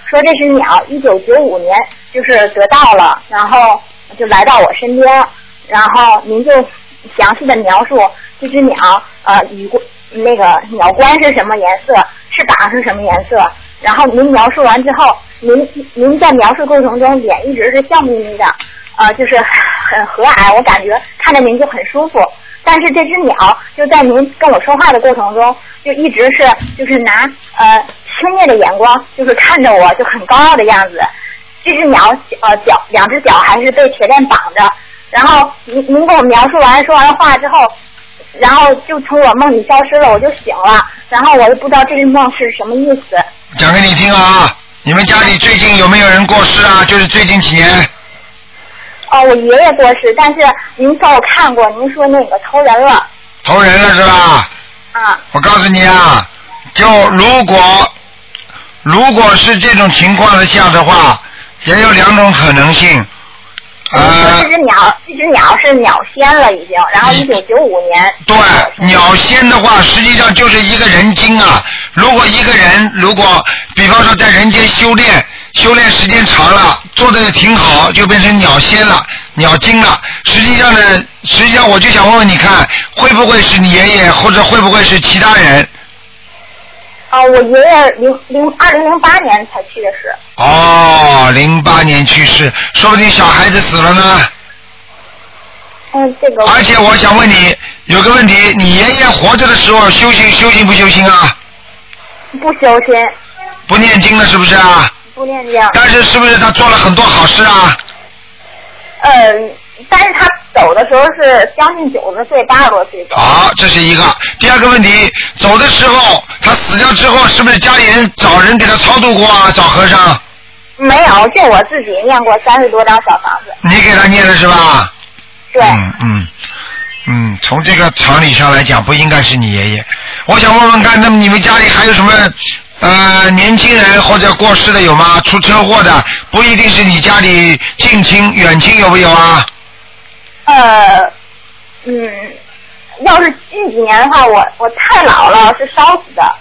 说这只鸟一九九五年就是得到了，然后就来到我身边，然后您就详细的描述这只鸟呃羽冠那个鸟冠是什么颜色，翅膀是什么颜色，然后您描述完之后，您您在描述过程中脸一直是笑眯眯的，呃，就是很和蔼，我感觉看着您就很舒服。但是这只鸟就在您跟我说话的过程中，就一直是就是拿呃轻蔑的眼光，就是看着我，就很高傲的样子。这只鸟呃脚两只脚还是被铁链绑着。然后您您给我描述完说完话之后，然后就从我梦里消失了，我就醒了。然后我就不知道这个梦是什么意思。
讲给你听啊，你们家里最近有没有人过世啊？就是最近几年，
哦，我爷爷过世，但是您帮我看过，您说那个投人了
投人了是吧？
啊。
我告诉你啊，就如果如果是这种情况的下的话，也有两种可能性。
说
呃
这，只鸟，这只鸟是鸟仙了已经，然后
你
一九九五年，
对，鸟仙的话，实际上就是一个人精啊。如果一个人，如果比方说在人间修炼，修炼时间长了，做的挺好，就变成鸟仙了、鸟精了。实际上呢，实际上我就想问问你看，会不会是你爷爷，或者会不会是其他人？
啊、我爷爷零零二零零八年才去的世，
哦，零八年去世，说不定小孩子死了呢。
嗯，这个
而且我想问你，有个问题，你爷爷活着的时候修行修行不修行啊？
不修心，
不念经了是不是啊？
不念经，
但是是不是他做了很多好事啊？
嗯，但是他走的时候是将近九十岁，八十多岁走，
好，这是一个。第二个问题，走的时候他死掉之后，是不是家里人找人给他超度过啊？找和尚，
没有，就我自己念过三十多张小房子，
你给他念了是吧？
对，
嗯嗯嗯，从这个常理上来讲，不应该是你爷爷。我想问问看，那么你们家里还有什么呃年轻人或者过世的有吗？出车祸的不一定是你家里近亲远亲有没有啊？
呃，嗯，要是近几年的话，我我太老了，是烧死的。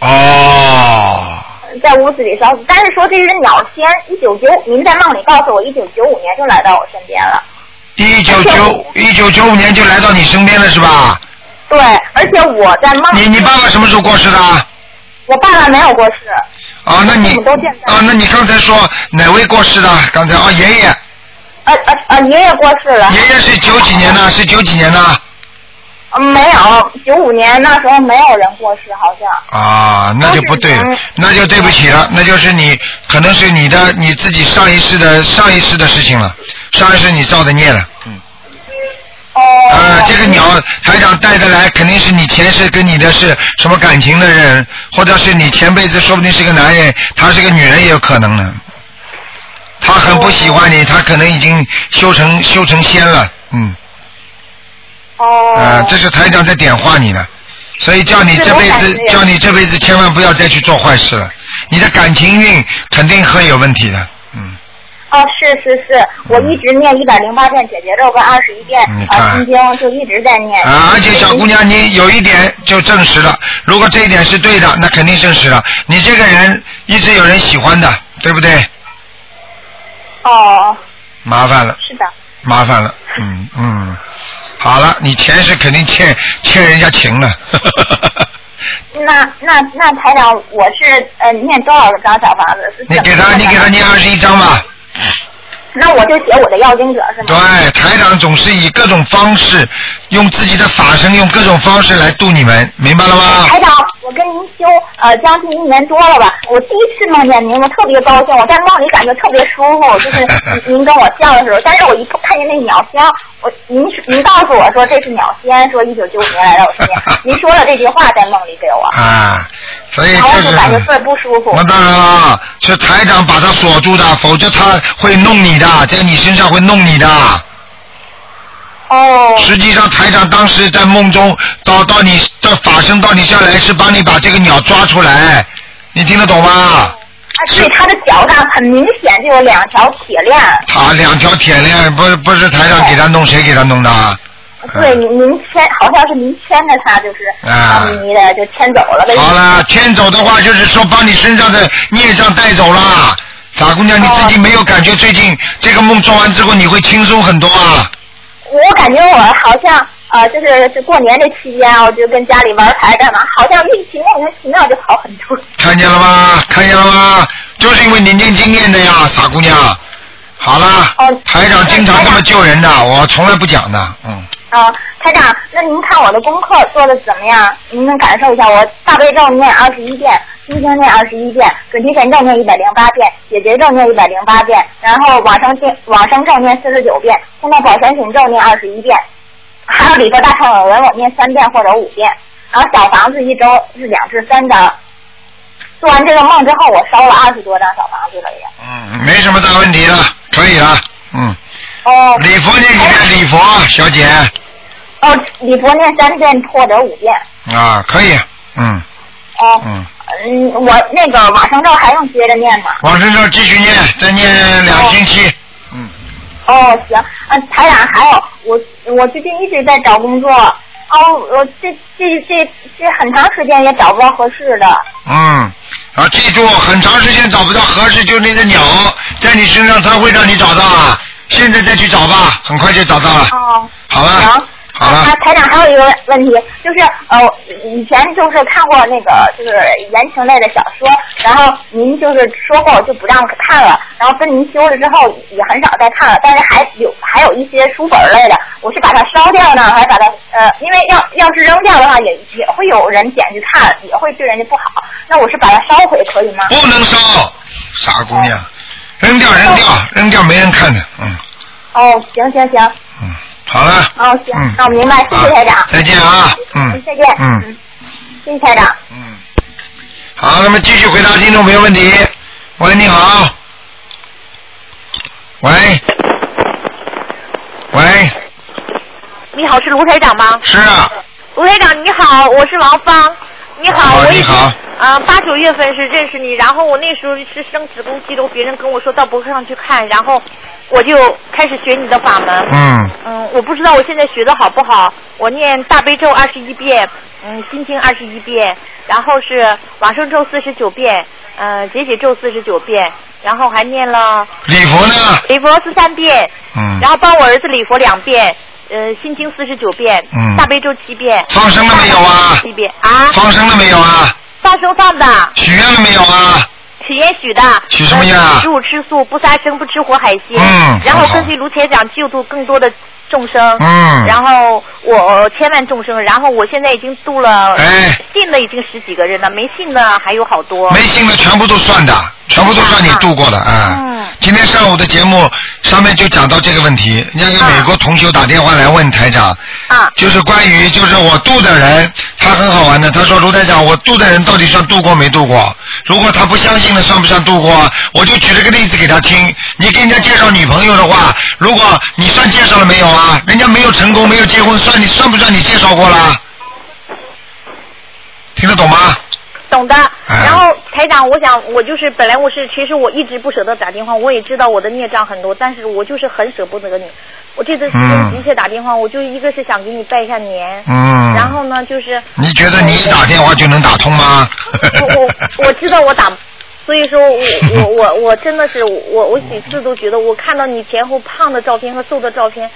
哦，
在屋子里烧死。但是说这只鸟仙，一九九，您在梦里告诉我，一九九五年就来到我身边了。
一九九一九九五年就来到你身边了是吧？
对，而且我在梦
你
里，
你爸爸什么时候过世的？
我爸爸没有过世，
啊，那你
我们都见证
啊，那你刚才说哪位过世的？刚才啊，爷爷，
啊呃呃呃，爷爷过世了。
爷爷是九几年的？是九几年的？
嗯没有，九五年那时候没有人过世，好像。
啊，那就不对了，那就对不起了，那就是你可能是你的你自己上一世的上一世的事情了，上一世你造的孽了，嗯。哦。啊，这个鸟台长带的来，肯定是你前世跟你的是什么感情的人，或者是你前辈子说不定是个男人，他是个女人也有可能呢。他很不喜欢你，他可能已经修成修成仙了，嗯。哦。啊，这是台长在点化你呢。所以叫你这辈子，叫你这辈子千万不要再去做坏事了。你的感情运肯定会有问题的，嗯，
哦，是是是，我一直念一百零八遍解结咒跟二十一遍
你看
啊心经，就一直在念。
啊，而且小姑娘，你有一点就证实了，如果这一点是对的，那肯定证实了。你这个人一直有人喜欢的，对不对？
哦，
麻烦了，
是的，
麻烦了，嗯嗯，好了，你前世肯定欠欠人家情了，
那那那台长，我是呃念多少张小房子？是
你给他你给他念二十一章吧。
那我就写我的要经者是吗？
对，台长总是以各种方式，用自己的法身，用各种方式来度你们，明白了吗？
哎台长，我跟您修呃将近一年多了吧，我第一次梦见您，我特别高兴，我在梦里感觉特别舒服，就是您您跟我笑的时候，但是我一看见那鸟仙，我您您告诉我说这是鸟仙，说一九九五年来到我身边，您说了这句话在梦里给我，
啊，所以
然后
就
我
是
就感觉特别不舒服。
那当然了，是台长把他锁住的，否则他会弄你的，在你身上会弄你的。
哦。
实际上，台长当时在梦中到到你的法身到你这儿来，是帮你把这个鸟抓出来，你听得懂吗？
啊，对，他的脚上很明显就有两条铁链。
他啊两条铁链，不是不是台长给他弄，谁给他弄的啊？
对，您您牵好像是您牵着他，就是
啊
迷迷的就牵走了呗。
好了，牵走的话就是说把你身上的孽障带走了。傻姑娘，你自己没有感觉最近这个梦做完之后你会轻松很多啊？
我感觉我好像呃，就是就过年这期间，我就跟家里玩牌干嘛，好像运气莫名其妙就好很多。
看见了吗？看见了吗？就是因为你念经念的呀，傻姑娘。好啦，
哦
台长经常这么救人的，我从来不讲的，嗯。
啊、台长，那您看我的功课做的怎么样？您能感受一下？我大悲咒念二十一遍，心经念二十一遍，准提神咒念一百零八遍，解结咒念一百零八遍，然后往生经往生咒念四十九遍，现在宝山神咒念二十一遍，还有礼佛大忏悔文我念三遍或者五遍，然后小房子一周是两至三张。做完这个梦之后，我烧了二十多张小房子了也。
嗯，没什么大问题了，可以了，嗯。
哦。
礼佛念几遍？礼佛，小姐
哦，礼佛念三遍或者五遍。
啊，可以，嗯
哦。
嗯。
嗯，我那个往生咒还用接着念吗？
往生咒继续念，再念两星期。
哦，行，啊，台长，还有我，我最近一直在找工作，哦，我这这这这很长时间也找不到合适的。
嗯，啊，记住，很长时间找不到合适，就那个鸟在你身上，它会让你找到啊。现在再去找吧，很快就找到了。
哦，
好了，好了
啊，，台长，还有一个问题，就是呃，以前就是看过那个就是言情类的小说，然后您就是说过就不让看了，然后跟您修了之后也很少再看了，但是还有还有一些书本类的，我是把它烧掉呢，还是把它呃，因为要要是扔掉的话，也也会有人捡去看，也会对人家不好，那我是把它烧毁可以吗？
不能烧，傻姑娘，扔掉，扔掉，扔掉，没人看的，嗯，
哦，行行行，
好了，
哦行，
嗯
那我明白，谢谢台长，
再见啊，嗯，
再见，
嗯，
谢谢台长。
好，那么继续回答听众朋友问题。喂，你好，喂，喂，
你好，是卢台长吗？
是啊，
卢台长你好，我是王芳。你好，
哦
我已
你
经
好，
啊八九月份是认识你，然后我那时候是生子宫肌瘤，别人跟我说到博客上去看，然后我就开始学你的法门。
嗯
嗯，我不知道我现在学的好不好。我念大悲咒二十一遍，嗯，心经二十一遍，然后是往生咒四十九遍，呃，解解咒四十九遍，然后还念了
礼佛呢？
礼佛十三遍，
嗯
然后帮我儿子礼佛两遍，呃，心经四十九遍，
嗯
大悲咒七遍，
放生了没有啊？
七遍啊，
放生了没有啊？
放生放的，
许愿了没有啊？
许愿许的，
许什么愿啊
呃食五吃素，不杀生，不吃活海鲜，
嗯
然后
很好
根据卢台长救度更多的。众生，
嗯
然后我千万众生，然后我现在已经度了，
哎
信的已经十几个人了，没信的还有好多，
没信的全部都算的，全部都算你度过的啊。今天上午的节目上面就讲到这个问题，人家有美国同学打电话来问台长，
啊，
就是关于就是我度的人，他很好玩的，他说卢台长，我度的人到底算度过没度过？如果他不相信的算不算度过啊？我就举了个例子给他听，你给人家介绍女朋友的话，如果你算介绍了没有啊？人家没有成功，没有结婚，算你算不算你介绍过啦？听得懂吗？
懂的。
哎
然后台长，我想我就是本来我是，其实我一直不舍得打电话，我也知道我的孽障很多，但是我就是很舍不得你。我这次时间
嗯
急切打电话，我就一个是想给你拜一下年，
嗯
然后呢就是
你觉得你一打电话就能打通吗？
我我知道我打，所以说我我我我真的是我我几次都觉得我看到你前后胖的照片和瘦的照片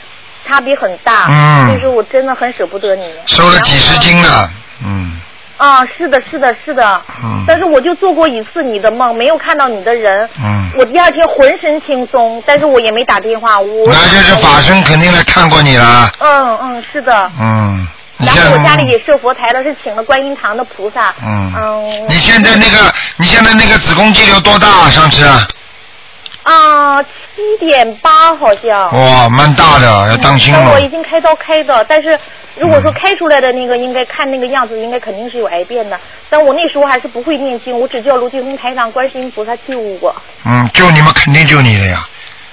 差别很大，
嗯
所以说我真的很舍不得你。
瘦了几十斤了，嗯
啊，是的，是的，是的。
嗯
但是我就做过一次你的梦，没有看到你的人。
嗯，
我第二天浑身轻松，但是我也没打电话。我
那就是法身肯定来看过你了，
嗯嗯，是的。
嗯，你
然
现
后我家里
在
也设佛台了，是请了观音堂的菩萨。
嗯
嗯。
你现在那个你现在那个子宫肌瘤多大啊？上次
啊，七点八好像。
哇，蛮大的，要当心哦嗯
但
了
哦嗯我。已经开刀开的，但是如果说开出来的那个，应该看那个样子，应该肯定是有癌变的。但我那时候还是不会念经，我只叫卢俊红台长、观世音菩萨救我，
嗯，救你们肯定救你的呀。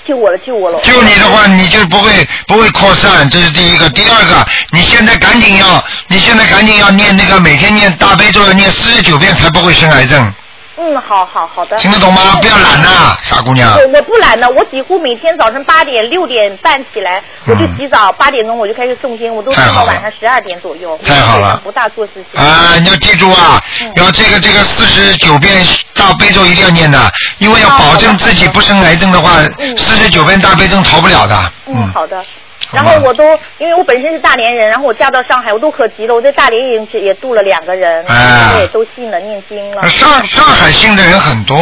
救我了，救我了。
救你的话，你就不会不会扩散，这是第一个。第二个，你现在赶紧要，你现在赶紧要念那个每天念大悲咒，要念四十九遍才不会生癌症，
嗯，好好好的。
听得懂吗？不要懒呐、傻姑娘。
我我不懒的，我几乎每天早晨八点、六点半起来，我就洗澡，八点钟我就开始诵经，我都
嗯太
诵
好
到
了
晚上十二点左右。
太
我基
好了
本上不大做事情。
啊，你要记住啊，要这个这个四十九遍大悲咒一定要念的，因为要保证自己不生癌症的话，四十九遍大悲咒逃不了的。
嗯，好的。
好
然
吧
后我都，因为我本身是大连人，然后我嫁到上海，我都可急了。我在大连也也度了两个人，
哎
我也都信了念经了。
上上海信的人很多，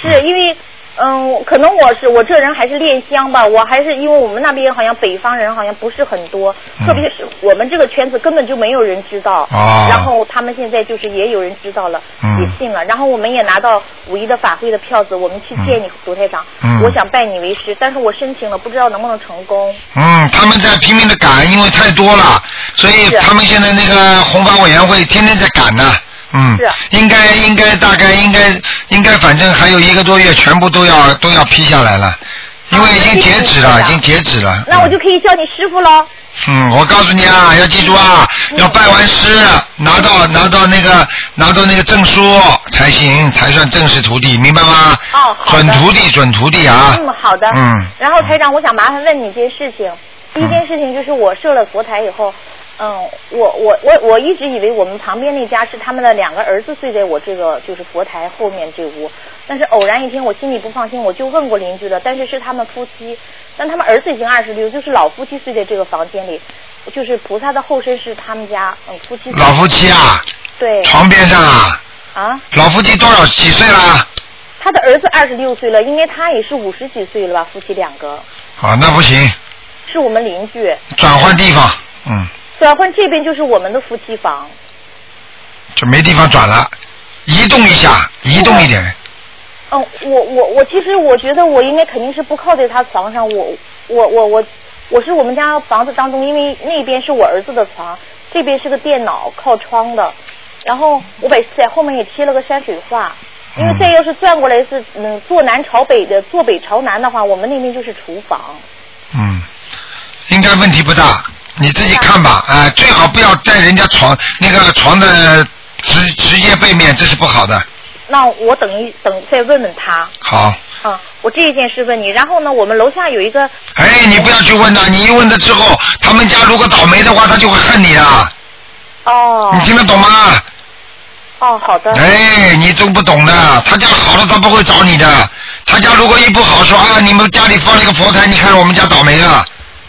是因为，嗯，可能我是我这人还是恋香吧，我还是因为我们那边好像北方人好像不是很多，特别是我们这个圈子根本就没有人知道。
哦
然后他们现在就是也有人知道了，
嗯
也信了。然后我们也拿到五一的法会的票子，我们去见你卢台长。
嗯
我想拜你为师，但是我申请了，不知道能不能成功。
嗯，他们在拼命的赶，因为太多了，所以他们现在那个红发委员会天天在赶呢。嗯，应该应该大概应该应该反正还有一个多月，全部都要都要批下来了，因为已经截止了，已经截止了。
那我就可以叫你师傅喽。
嗯，我告诉你啊，要记住啊，
嗯
要拜完师，拿到拿到那个拿到那个证书才行，才算正式徒弟，明白吗？
哦，好的
准徒弟，准徒弟啊。
嗯，好的。
嗯
然后台长，我想麻烦问你一件事情。第一件事情就是我设了佛台以后，嗯，我我我我一直以为我们旁边那家是他们的两个儿子睡在我这个就是佛台后面这屋，但是偶然一天我心里不放心，我就问过邻居了，但是是他们夫妻，但他们儿子已经二十六，就是老夫妻睡在这个房间里，就是菩萨的后身是他们家嗯夫妻。
老夫妻啊，
对。
床边上啊，
啊。
老夫妻多少几岁啦？
他的儿子二十六岁了，应该他也是五十几岁了吧？夫妻两个。
啊，那不行，
是我们邻居，
转换地方，嗯，
转换这边就是我们的夫妻房。
就没地方转了，移动一下，移动一点，
嗯，我我我其实我觉得我应该肯定是不靠在他床上，我我我我我是我们家房子当中，因为那边是我儿子的床，这边是个电脑靠窗的，然后我把在后面也贴了个山水画，因为再要是转过来是嗯坐南朝北的，坐北朝南的话，我们那边就是厨房。
嗯，应该问题不大，你自己
嗯
看吧，啊、最好不要在人家床那个床的直直接背面，这是不好的。
那我等一等再问问他，
好，
嗯，我这一件事问你，然后呢，我们楼下有一个
哎，你不要去问他，你一问他之后，他们家如果倒霉的话，他就会恨你的。
哦。
你听得懂吗？
哦，好的。
哎，你都不懂的，他家好了，他不会找你的。他家如果一不好说，啊，你们家里放了一个佛台，你看我们家倒霉了。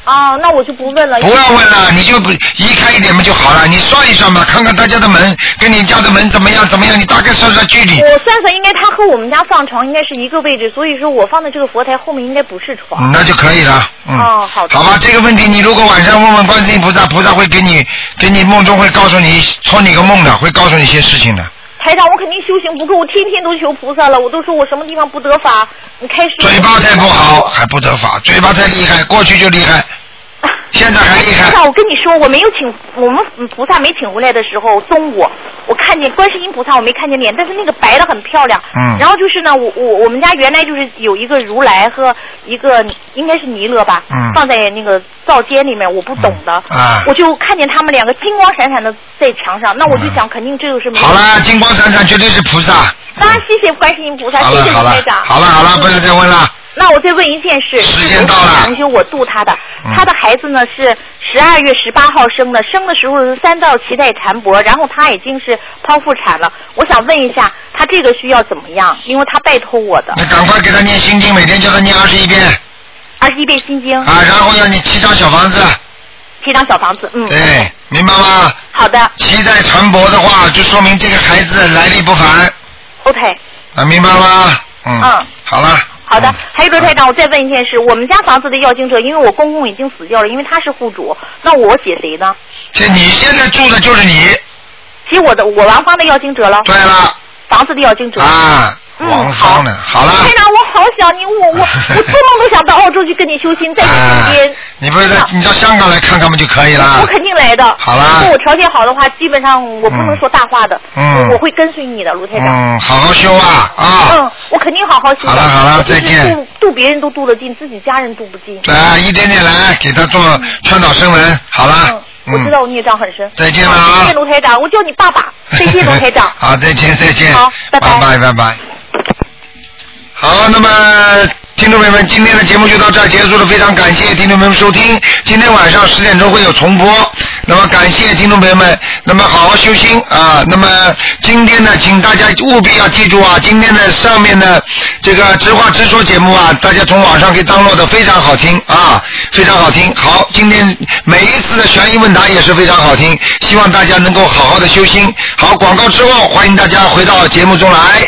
哦，那我就不问了。
不要问了，你就不移开一点嘛就好了。你算一算吧，看看他家的门跟你家的门怎么样怎么样，你大概算算距离。
我算算，应该他和我们家放床应该是一个位置，所以说我放的这个佛台后面应该不是床。
嗯那就可以了。嗯，
哦，好的。
好吧，这个问题你如果晚上问问观世音菩萨，菩萨会给你给你梦中会告诉你托你个梦的，会告诉你一些事情的。
台长，我肯定修行不够，我天天都求菩萨了，我都说我什么地方不得法，你开始。
嘴巴太不好，还不得法，嘴巴太厉害，过去就厉害，现在还厉
台
害。
长，我跟你说，我没有请我们嗯菩萨没请回来的时候，中午我看见观世音菩萨，我没看见脸，但是那个白的很漂亮。
嗯
然后就是呢，我我我们家原来就是有一个如来和一个应该是弥勒吧，
嗯
放在那个灶间里面，我不懂的。
啊
我就看见他们两个金光闪闪的在墙上，那我就想，肯定这就是没有
嗯好啦，金光闪闪绝对是菩萨。
当然，啊谢谢观世音菩萨，
好
谢
了
谢
好
卢
了
台长。嗯
好了好了，不要再问了。
那我再问一件事，
时间到了
同学，我度他的，
嗯
他的孩子呢是十二月十八号生的，生的时候是三道脐带缠脖，然后他已经是剖腹产了。我想问一下，他这个需要怎么样？因为他拜托我的
那赶快给他念心经，每天叫他念二十一遍
二十一遍心经，
啊，然后要你七张小房子，
七张小房子，嗯，
对，明白吗？
好的
脐带缠脖的话，就说明这个孩子来历不凡
，OK，
啊，明白吗？嗯，
嗯
好了。
好的
嗯。
还有刘台长，我再问一件事，我们家房子的要经者，因为我公公已经死掉了，因为他是户主，那我写谁呢？
这你现在住的就是你，
写我的我王芳的要经者了，
对了
房子的要经者。
啊，
嗯
王芳呢？好了。
台长，我好想你， 我我我做梦都想到澳洲去跟你修心，在你身边
啊。你不是在你到香港来看看不就可以啦
我？肯定来的。
好啦
如果我条件好的话，基本上我不能说大话的。
嗯
我会跟随你的，卢台长。
嗯，好好修啊啊！
嗯，我肯定好好修的。
好了好了
我就是
再见
渡渡别人都渡得进，自己家人渡不进。
对啊，一点点来，给他做劝导声闻，好啦
嗯。，我知道
嗯，
我孽障很深。
再见了
再
啊
见，！卢台长，我叫你爸爸。再见，卢台长。
嗯 好，再见再见。
好拜拜
拜拜拜。好，那么听众朋友们，今天的节目就到这儿结束了，非常感谢听众朋友们收听。今天晚上十点钟会有重播，那么感谢听众朋友们，那么好好修心啊。那么今天呢，请大家务必要记住啊，今天的上面的这个直话直说节目啊，大家从网上可以 download 的非常好听啊，非常好听。好，今天每一次的悬疑问答也是非常好听，希望大家能够好好的修心。好，广告之后欢迎大家回到节目中来。